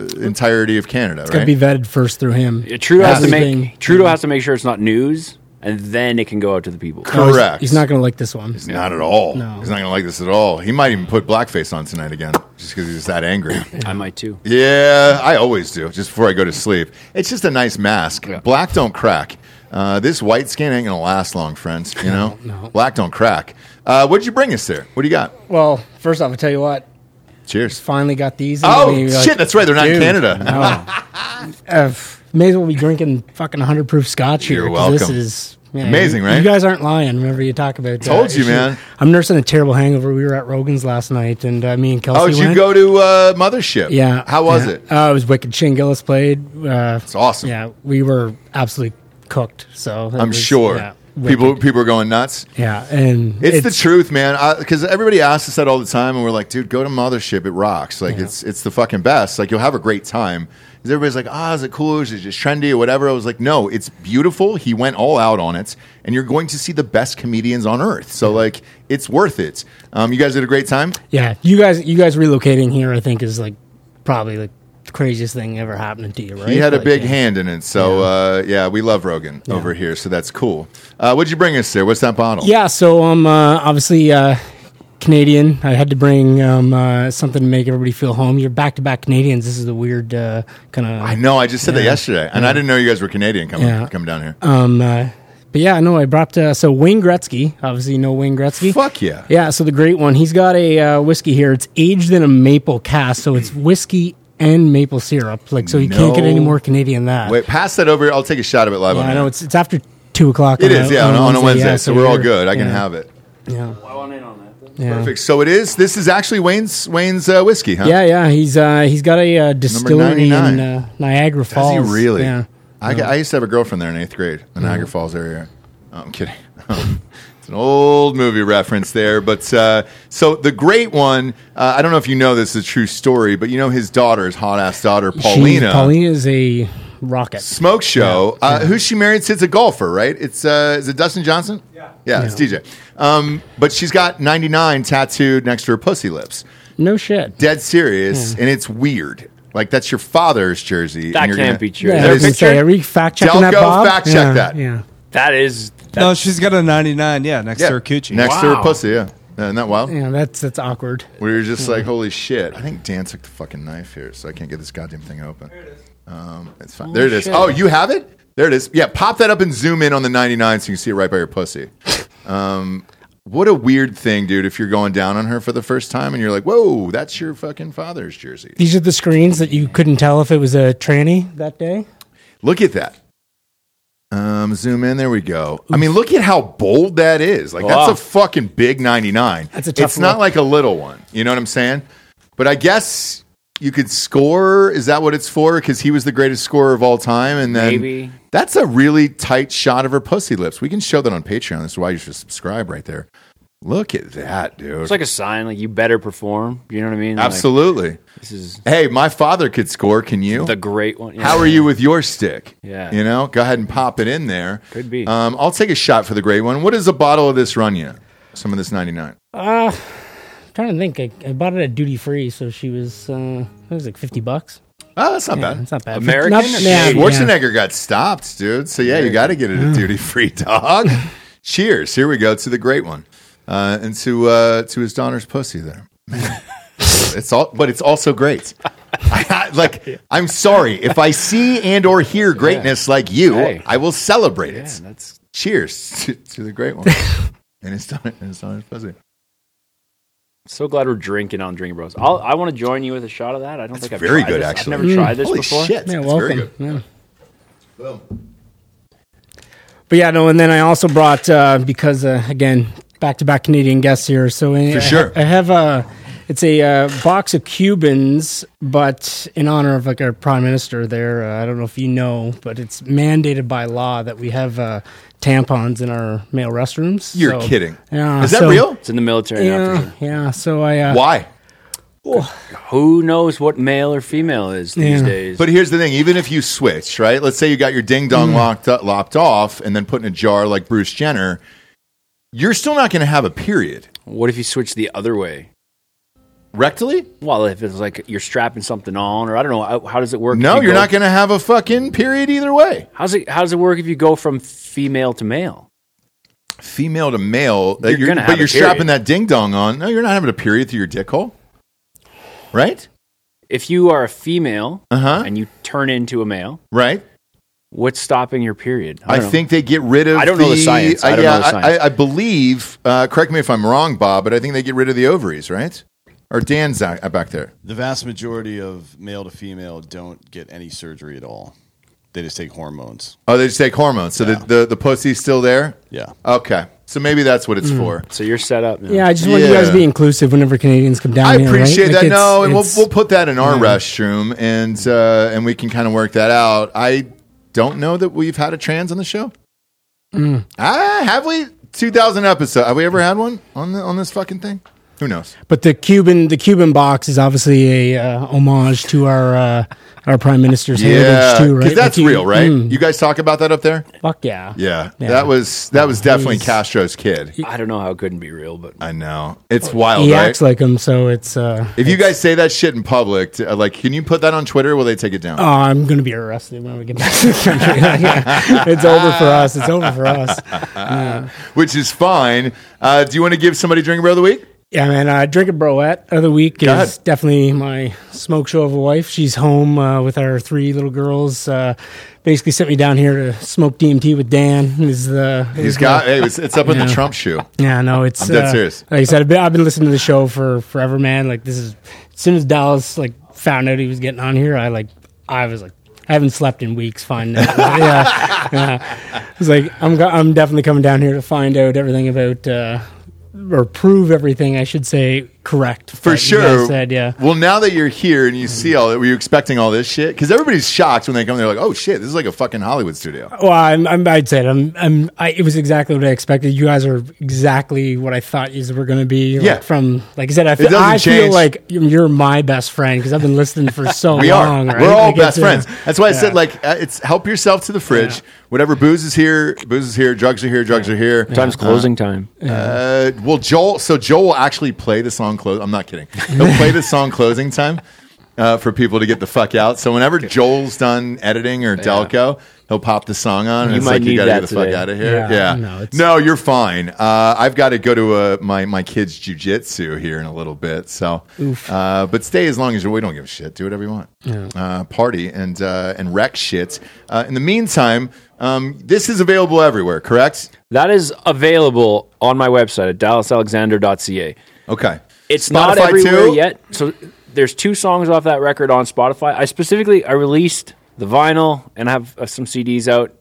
the entirety of Canada. It's right? going to be vetted first through him. Yeah, Trudeau has to He's make being- Trudeau has to make sure it's not news, and then it can go out to the people. No, he's- Correct. He's, not going to like this one. Not at all. No. He's not going to like this at all. He might even put blackface on tonight again, just because he's that angry. I might too. yeah, I always do. Just before I go to sleep, it's just a nice mask. Yeah. Black don't crack. Uh, this white skin ain't going to last long, friends. You know, no. black don't crack. Uh, what'd you bring us there? What do you got? Well, first off, I tell you what, Cheers. finally got these. and Oh then you're like, shit, that's right. They're not in dude, Canada. uh, may as well be drinking fucking 100 proof scotch here. You're 'cause This welcome. is yeah, Amazing, you- right? You guys aren't lying. Remember you talk about. Told you, issue- man. I'm nursing a terrible hangover. We were at Rogan's last night, and uh, me and Kelsey. Oh, did you went. go to uh, Mothership? Yeah. How was yeah. it? Uh, it was wicked. Shane Gillis played. Uh, It's awesome. yeah, we were absolutely cooked. So it I'm was- sure. yeah, wicked. people people are going nuts. Yeah, and It's, the truth, man. Because everybody asks us that all the time, and we're like, "Dude, go to Mothership. It rocks. Like, it's it's the fucking best. Like, you'll have a great time." 'Cause everybody's like, "Ah, is it cool? Is it just trendy or whatever?" I was like, "No, it's beautiful. He went all out on it, and you're going to see the best comedians on earth. So, like, it's worth it. Um, you guys had a great time. Yeah, you guys, you guys relocating here, I think, is like probably like the craziest thing ever happening to you, right? He had a Like, big yeah. hand in it. So, uh, yeah, we love Rogan over here. So that's cool. Uh, what'd you bring us there? What's that bottle? Yeah, so I'm uh, obviously uh, Canadian. I had to bring um, uh, something to make everybody feel home. You're back to back Canadians. This is the weird uh, kind of. I know. I just said that Yeah. yesterday, and I didn't know you guys were Canadian coming Yeah. coming down here. Um, uh, but yeah, I know I brought uh, so Wayne Gretzky. Obviously, you know Wayne Gretzky. Fuck yeah. Yeah, so the great one. He's got a uh, whiskey here. It's aged in a maple cask, so it's whiskey and maple syrup. Like, so you can't get any No. more Canadian than that. Wait, pass that over. I'll take a shot of it live. Yeah, on I air. know it's it's after two o'clock. It is, yeah, on, on a Wednesday. yeah, so, we're all you're- good. I can yeah, have it. Yeah, I want in on that. yeah. Perfect. So it is. This is actually Wayne's Wayne's uh, whiskey, huh? Yeah, yeah. He's uh, he's got a uh, distillery in 99. uh, Niagara Does Falls. he really? Yeah. I, got- I used to have a girlfriend there in eighth grade, the Niagara Falls area. Oh, I'm kidding. it's an old movie reference there, but uh, so the great one. Uh, I don't know if you know this is a true story, but you know his daughter, his hot ass daughter, Paulina. She, Paulina is a rocket. Smoke Show. Uh, Who she married to? It's a golfer, right? It's uh, is it Dustin Johnson? Yeah, yeah, it's DJ. Um, but she's got 99 tattooed next to her pussy lips. No shit. Dead serious, and it's weird. Like that's your father's jersey. That and you're can't gonna- be true. Yeah, Is there I a was gonna say, picture? are we fact checking that, Delco, Bob? fact check yeah, that. Yeah. That is No, she's got a 99, yeah, next Yeah, to her coochie. next to her Wow. pussy. Yeah, isn't that wild? Yeah, that's that's awkward. We were just like, holy shit! I think Dan took the fucking knife here, so I can't get this goddamn thing open. There it is. Um, it's fine. there it is. Oh, you have it. There it is. Yeah, pop that up and zoom in on the 99 so you can see it right by your pussy. Um, what a weird thing, dude. If you're going down on her for the first time and you're like, whoa, that's your fucking father's jersey. These are the screens that you couldn't tell if it was a tranny that day. Look at that. Um, zoom in. There we go. I mean, look at how bold that is. Like Wow. that's a fucking big 99. That's a tough It's not look. like a little one. You know what I'm saying? But I guess you could score. Is that what it's for? Because he was the greatest scorer of all time. And then Maybe. that's a really tight shot of her pussy lips. We can show that on Patreon. That's why you should subscribe right there. Look at that, dude. it's like a sign, like you better perform. You know what I mean? Like, Absolutely. this is Hey, my father could score. Can you? the great one. Yeah. How are you with your stick? Yeah. You know, go ahead and pop it in there. Could be. Um, I'll take a shot for the great one. What does a bottle of this run you? Some of this 99. I'm trying to think. I, I bought it at duty free, so she was uh, it was like fifty bucks. Oh, that's not bad. It's not bad. American Not- or yeah, Mm. Canadian? yeah. Schwarzenegger got stopped, dude. So, yeah, you got to get it a duty free dog. Cheers. Here we go to the great one uh, and to, uh, to his daughter's pussy there. Man. it's all, but it's also great. I, like, I'm sorry. If I see and or hear greatness like you, Hey. I will celebrate it. Yeah, that's cheers to, to the great one. and it's done. And it's done. It's fuzzy. so glad we're drinking on Drinking Bros. I'll, I want to join you with a shot of that. I don't think I've very tried good, this. actually. I've never tried this Holy before. shit! Yeah, it's very welcome. good. Yeah. But yeah, no, and then I also brought uh, because uh, again, back to back Canadian guests here. So I, For sure. I, have a it's a uh, box of Cubans, but in honor of like our prime minister there. Uh, I don't know if you know, but it's mandated by law that we have uh, tampons in our male restrooms. You're So- kidding. Yeah, Is that so- real? It's in the military now. For Yeah, sure. yeah. So I uh, Why? Who knows what male or female is these Yeah. days? But here's the thing: even if you switch, right? Let's say you got your ding dong Mm. locked up, lopped off, and then put in a jar like Bruce Jenner, you're still not going to have a period. what if you switch the other way? rectally? Well, if it's like you're strapping something on, or I don't know, how- how does it work? No, you're not going to have a fucking period either way. How's it? How does it work if you go from female to male? Female to male, uh, You're gonna have but a you're strapping period. that ding dong on. No, you're not having a period through your dick hole, right? If you are a female Uh-huh. and you turn into a male, Right. what's stopping your period? I, don't know. think they get rid of. I don't know the science. I uh, don't yeah, know the science. I, I believe. Uh, correct me if I'm wrong, Bob, but I think they get rid of the ovaries, right? Or Dan's out- uh, back there. The vast majority of male to female don't get any surgery at all. They just take hormones. Oh, they just take hormones, so the, the the pussy's still there. Yeah. Okay, so maybe that's what it's Mm. for. so. You're set up. Now. Yeah, I just want you guys Yeah. to be inclusive whenever Canadians come down I here. right? appreciate Like, that. it's- no, and we'll it's- we'll put that in our restroom, and uh, and we can kind of work that out. I don't know that we've had a trans on the show. Mm. Ah, have we? Two thousand episode. Have we ever had one on the, on this fucking thing? Who knows? But the Cuban, the Cuban box is obviously a uh, homage to our uh, our prime minister's Yeah, heritage too, right? because that's Like, you- real, right? mm, You guys talk about that up there. fuck yeah. Yeah, Yeah. that was that was definitely he's- Castro's kid. I don't know how it couldn't be real, but I know it's wild, He right? acts like him, so it's. Uh, if you guys say that shit in public, t- uh, like, can you put that on Twitter? Will they take it down? oh, I'm going to be arrested when we get back to the country. Yeah. It's over for us. It's over for us. Which is fine. Uh, do you want to give somebody drink bro of the week? Yeah, man. Uh, drink a broette of the week Go is ahead. definitely my smoke show of a wife. She's home uh, with our three little girls. Uh, basically, sent me down here to smoke DMT with Dan. Is the He's is got. the- Hey, it's, it's up in the Yeah. Trump shoe. Yeah, no, it's. uh, I'm dead serious. Like I said, I've been, I've been listening to the show for forever, man. Like this is as soon as Dallas like found out he was getting on here, I like I was like I haven't slept in weeks. Finding out. yeah, yeah. it's like I'm go- I'm definitely coming down here to find out everything about uh, or prove everything I should say correct For that you sure. guys said yeah. Hmm. Well, now that you're here and you see all that, were you expecting all this shit? Because everybody's shocked when they come. They're like, "Oh shit, this is like a fucking Hollywood studio." Well, I'm, I'm, I'd say it. I'm, I'm, I, it was exactly what I expected. You guys are exactly what I thought yous were going to be. like, Yeah. From like I said, I, fe- doesn't I feel change. like you're- you're my best friend because I've been listening for so We long. are. right? We're all Like, best it's, uh, friends. That's why I yeah. said like uh, it's help yourself to the fridge. Whatever booze is here, booze is here. Drugs are here. Drugs are here. time's closing time. Uh, well, Joel. So Joel will actually play the song close. I'm not kidding. He'll play the song closing time uh, for people to get the fuck out. So whenever Joel's done editing or Delco, he'll pop the song on. And You it's might like, you need gotta that get the fuck today. out of here. Yeah, Yeah. no, No, it's- you're fine. Uh, I've got to go to uh, my my kids' jujitsu here in a little bit. So, uh, but stay as long as you. We don't give a shit. Do whatever you want. Uh, party and uh, and wreck shit. Uh, in the meantime. Um, this is available everywhere, correct? That is available on my website at dallasalexander.ca. Okay. It's not Spotify everywhere too? yet. So there's two songs off that record on Spotify. I specifically I released the vinyl and I have uh, some CDs out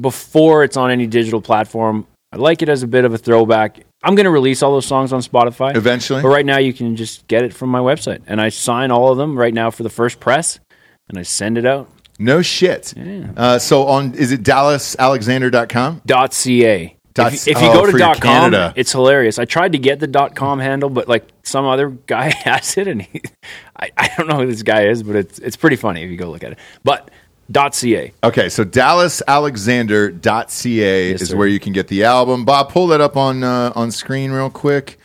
before it's on any digital platform. I like it as a bit of a throwback. I'm going to release all those songs on Spotify Eventually. But right now you can just get it from my website and I sign all of them right now for the first press and I send it out. No shit. Uh, so on is it dallasalexander.com? .ca. Dot- if, you- if you oh, go for to your dot .com, Canada. it's hilarious. I tried to get the dot .com handle, but like some other guy has it, and he, I, I don't know who this guy is, but it's it's pretty funny if you go look at it. But dot .ca. Okay, so dallasalexander.ca Yes, is sir. where you can get the album. Bob, pull that up on uh, on screen real quick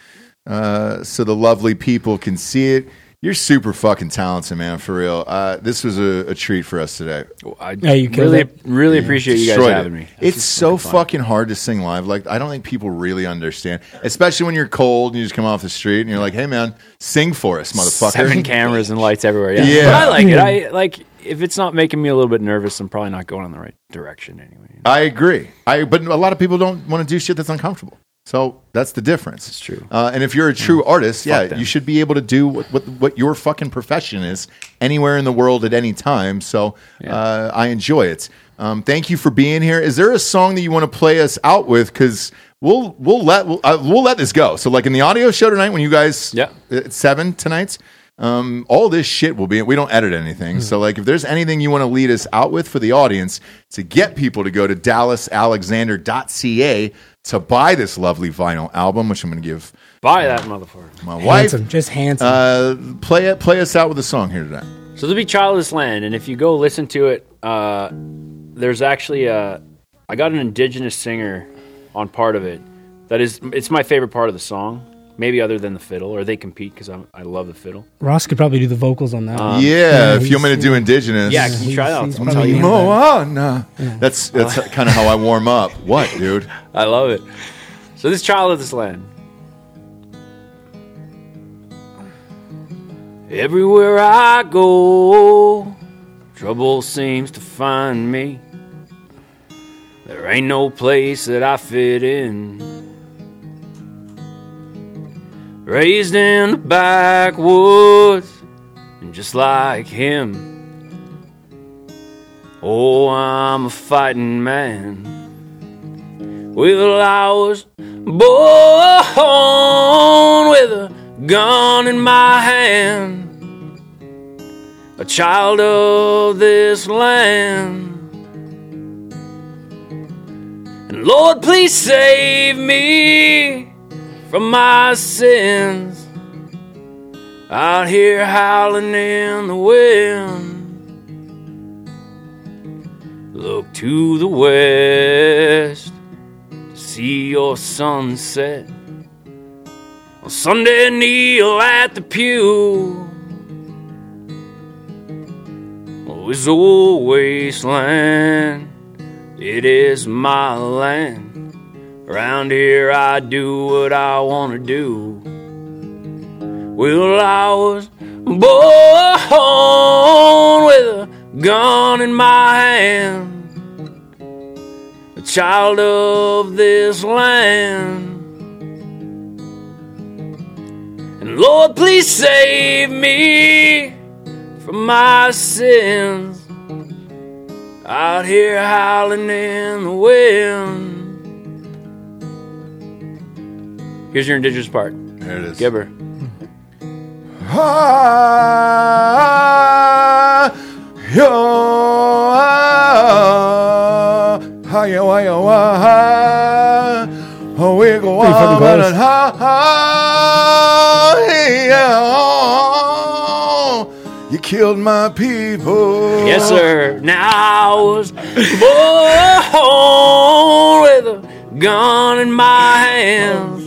uh, so the lovely people can see it. You're super fucking talented, man, for real. Uh, this was a, a treat for us today. I Yeah, you killed really it. really appreciate you guys Destroyed having it. me. It's so fucking hard to sing live. Like I don't think people really understand, especially when you're cold and you just come off the street and you're like, "Hey, man, sing for us, motherfucker!" Seven cameras and lights everywhere. Yeah, Yeah. But I like it. I like if it's not making me a little bit nervous, I'm probably not going in the right direction anyway. I agree. I but a lot of people don't want to do shit that's uncomfortable. So that's the difference. It's true. Mm. Uh, and if you're a true artist, yeah, them. you should be able to do what, what what your fucking profession is anywhere in the world at any time. So uh, I enjoy it. Um, thank you for being here. Is there a song that you want to play us out with? Because we'll we'll let we'll, uh, we'll let this go. So like in the audio show tonight, when you guys Yeah. at Uh, seven tonight. Um, all this shit will be. We don't edit anything, Mm-hmm. so like if there's anything you want to lead us out with for the audience to get people to go to DallasAlexander.ca to buy this lovely vinyl album, which I'm going to give Buy that motherfucker. my Handsome, wife. just handsome. Uh, play it. Play us out with a song here today. So there'll be Childless Land, and if you go listen to it, uh, there's actually a, I got an indigenous singer on part of it. That is, it's my favorite part of the song. maybe other than the fiddle, or they compete because I love the fiddle. Ross could probably do the vocals on that. one. yeah, if you he's- want me to do indigenous. Um, Yeah, can you try that? he's I'll probably tell you. in there. Moana. That's that's kind of how I warm up. What, dude? I love it. So this child of this land. Everywhere I go, trouble seems to find me. There ain't no place that I fit in. Raised in the backwoods, and just like him. Oh, I'm a fighting man. Well, I was born with a gun in my hand, a child of this land. And Lord, please save me from my sins. Out here howling in the wind. Look to the west see your sunset. On Sunday, kneel at the pew. Oh, it's old wasteland. It is my land. Round here, I do what I want to do. Well, I was born with a gun in my hand a child of this land. And Lord, please save me from my sins. Out here howling in the wind. Here's your indigenous part. There it is. Gibber. Ah, yo, ah, ah, yo, ah, yo, ah, ah. Oh, we go Pretty fucking on, close. and ah, ah, yeah, oh, You killed my people. Yes, sir. Now I was born with a gun in my hands.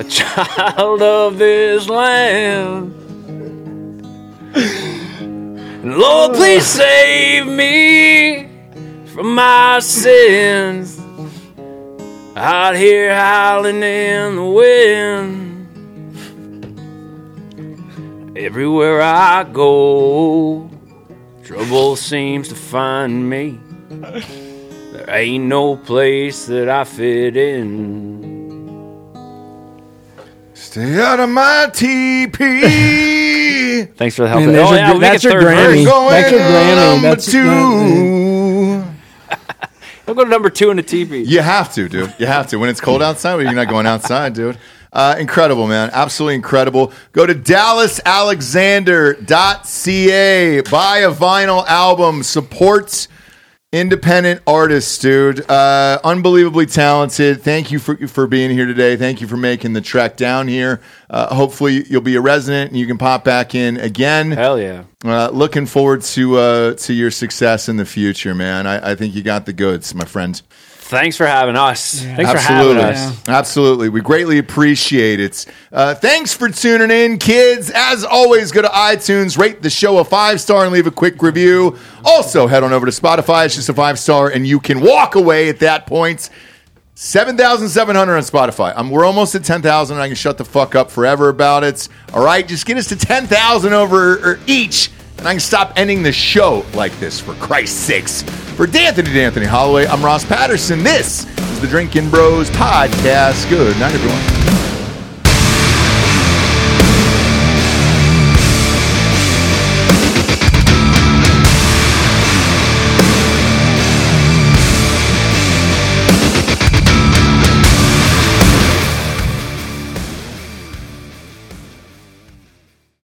A child of this land. And Lord, please save me from my sins. Out here howling in the wind. Everywhere I go, trouble seems to find me. There ain't no place that I fit in. Stay out of my teepee. Thanks for the help. Oh, Man, there's your- that's your Grammy. We're going That's your Grammy. on number That's- two. I'll go to number two in the teepee. You have to, dude. You have to. When it's cold outside, you're not going outside, dude. Uh, incredible, man. Absolutely incredible. Go to dallasalexander.ca. Buy a vinyl album. Support independent artists, dude. Uh, unbelievably talented. Thank you for, for being here today. Thank you for making the trek down here. Uh, hopefully, you'll be a resident and you can pop back in again. Hell yeah. Uh, looking forward to uh, to your success in the future, man. I, I think you got the goods, my friend. Thanks for having us. Thanks Absolutely. for having us. Absolutely. We greatly appreciate it. Uh, thanks for tuning in, kids. As always, go to iTunes, rate the show a five star, and leave a quick review. Also, head on over to Spotify. It's just a five star, and you can walk away at that point. 7,700 on Spotify. Um, we're almost at 10,000, and I can shut the fuck up forever about it. All right, just get us to 10,000 over or each, and I can stop ending the show like this, for Christ's sakes. For D'Anthony D'Anthony Holloway, I'm Ross Patterson. This is the Drinking Bros Podcast. Good night, everyone.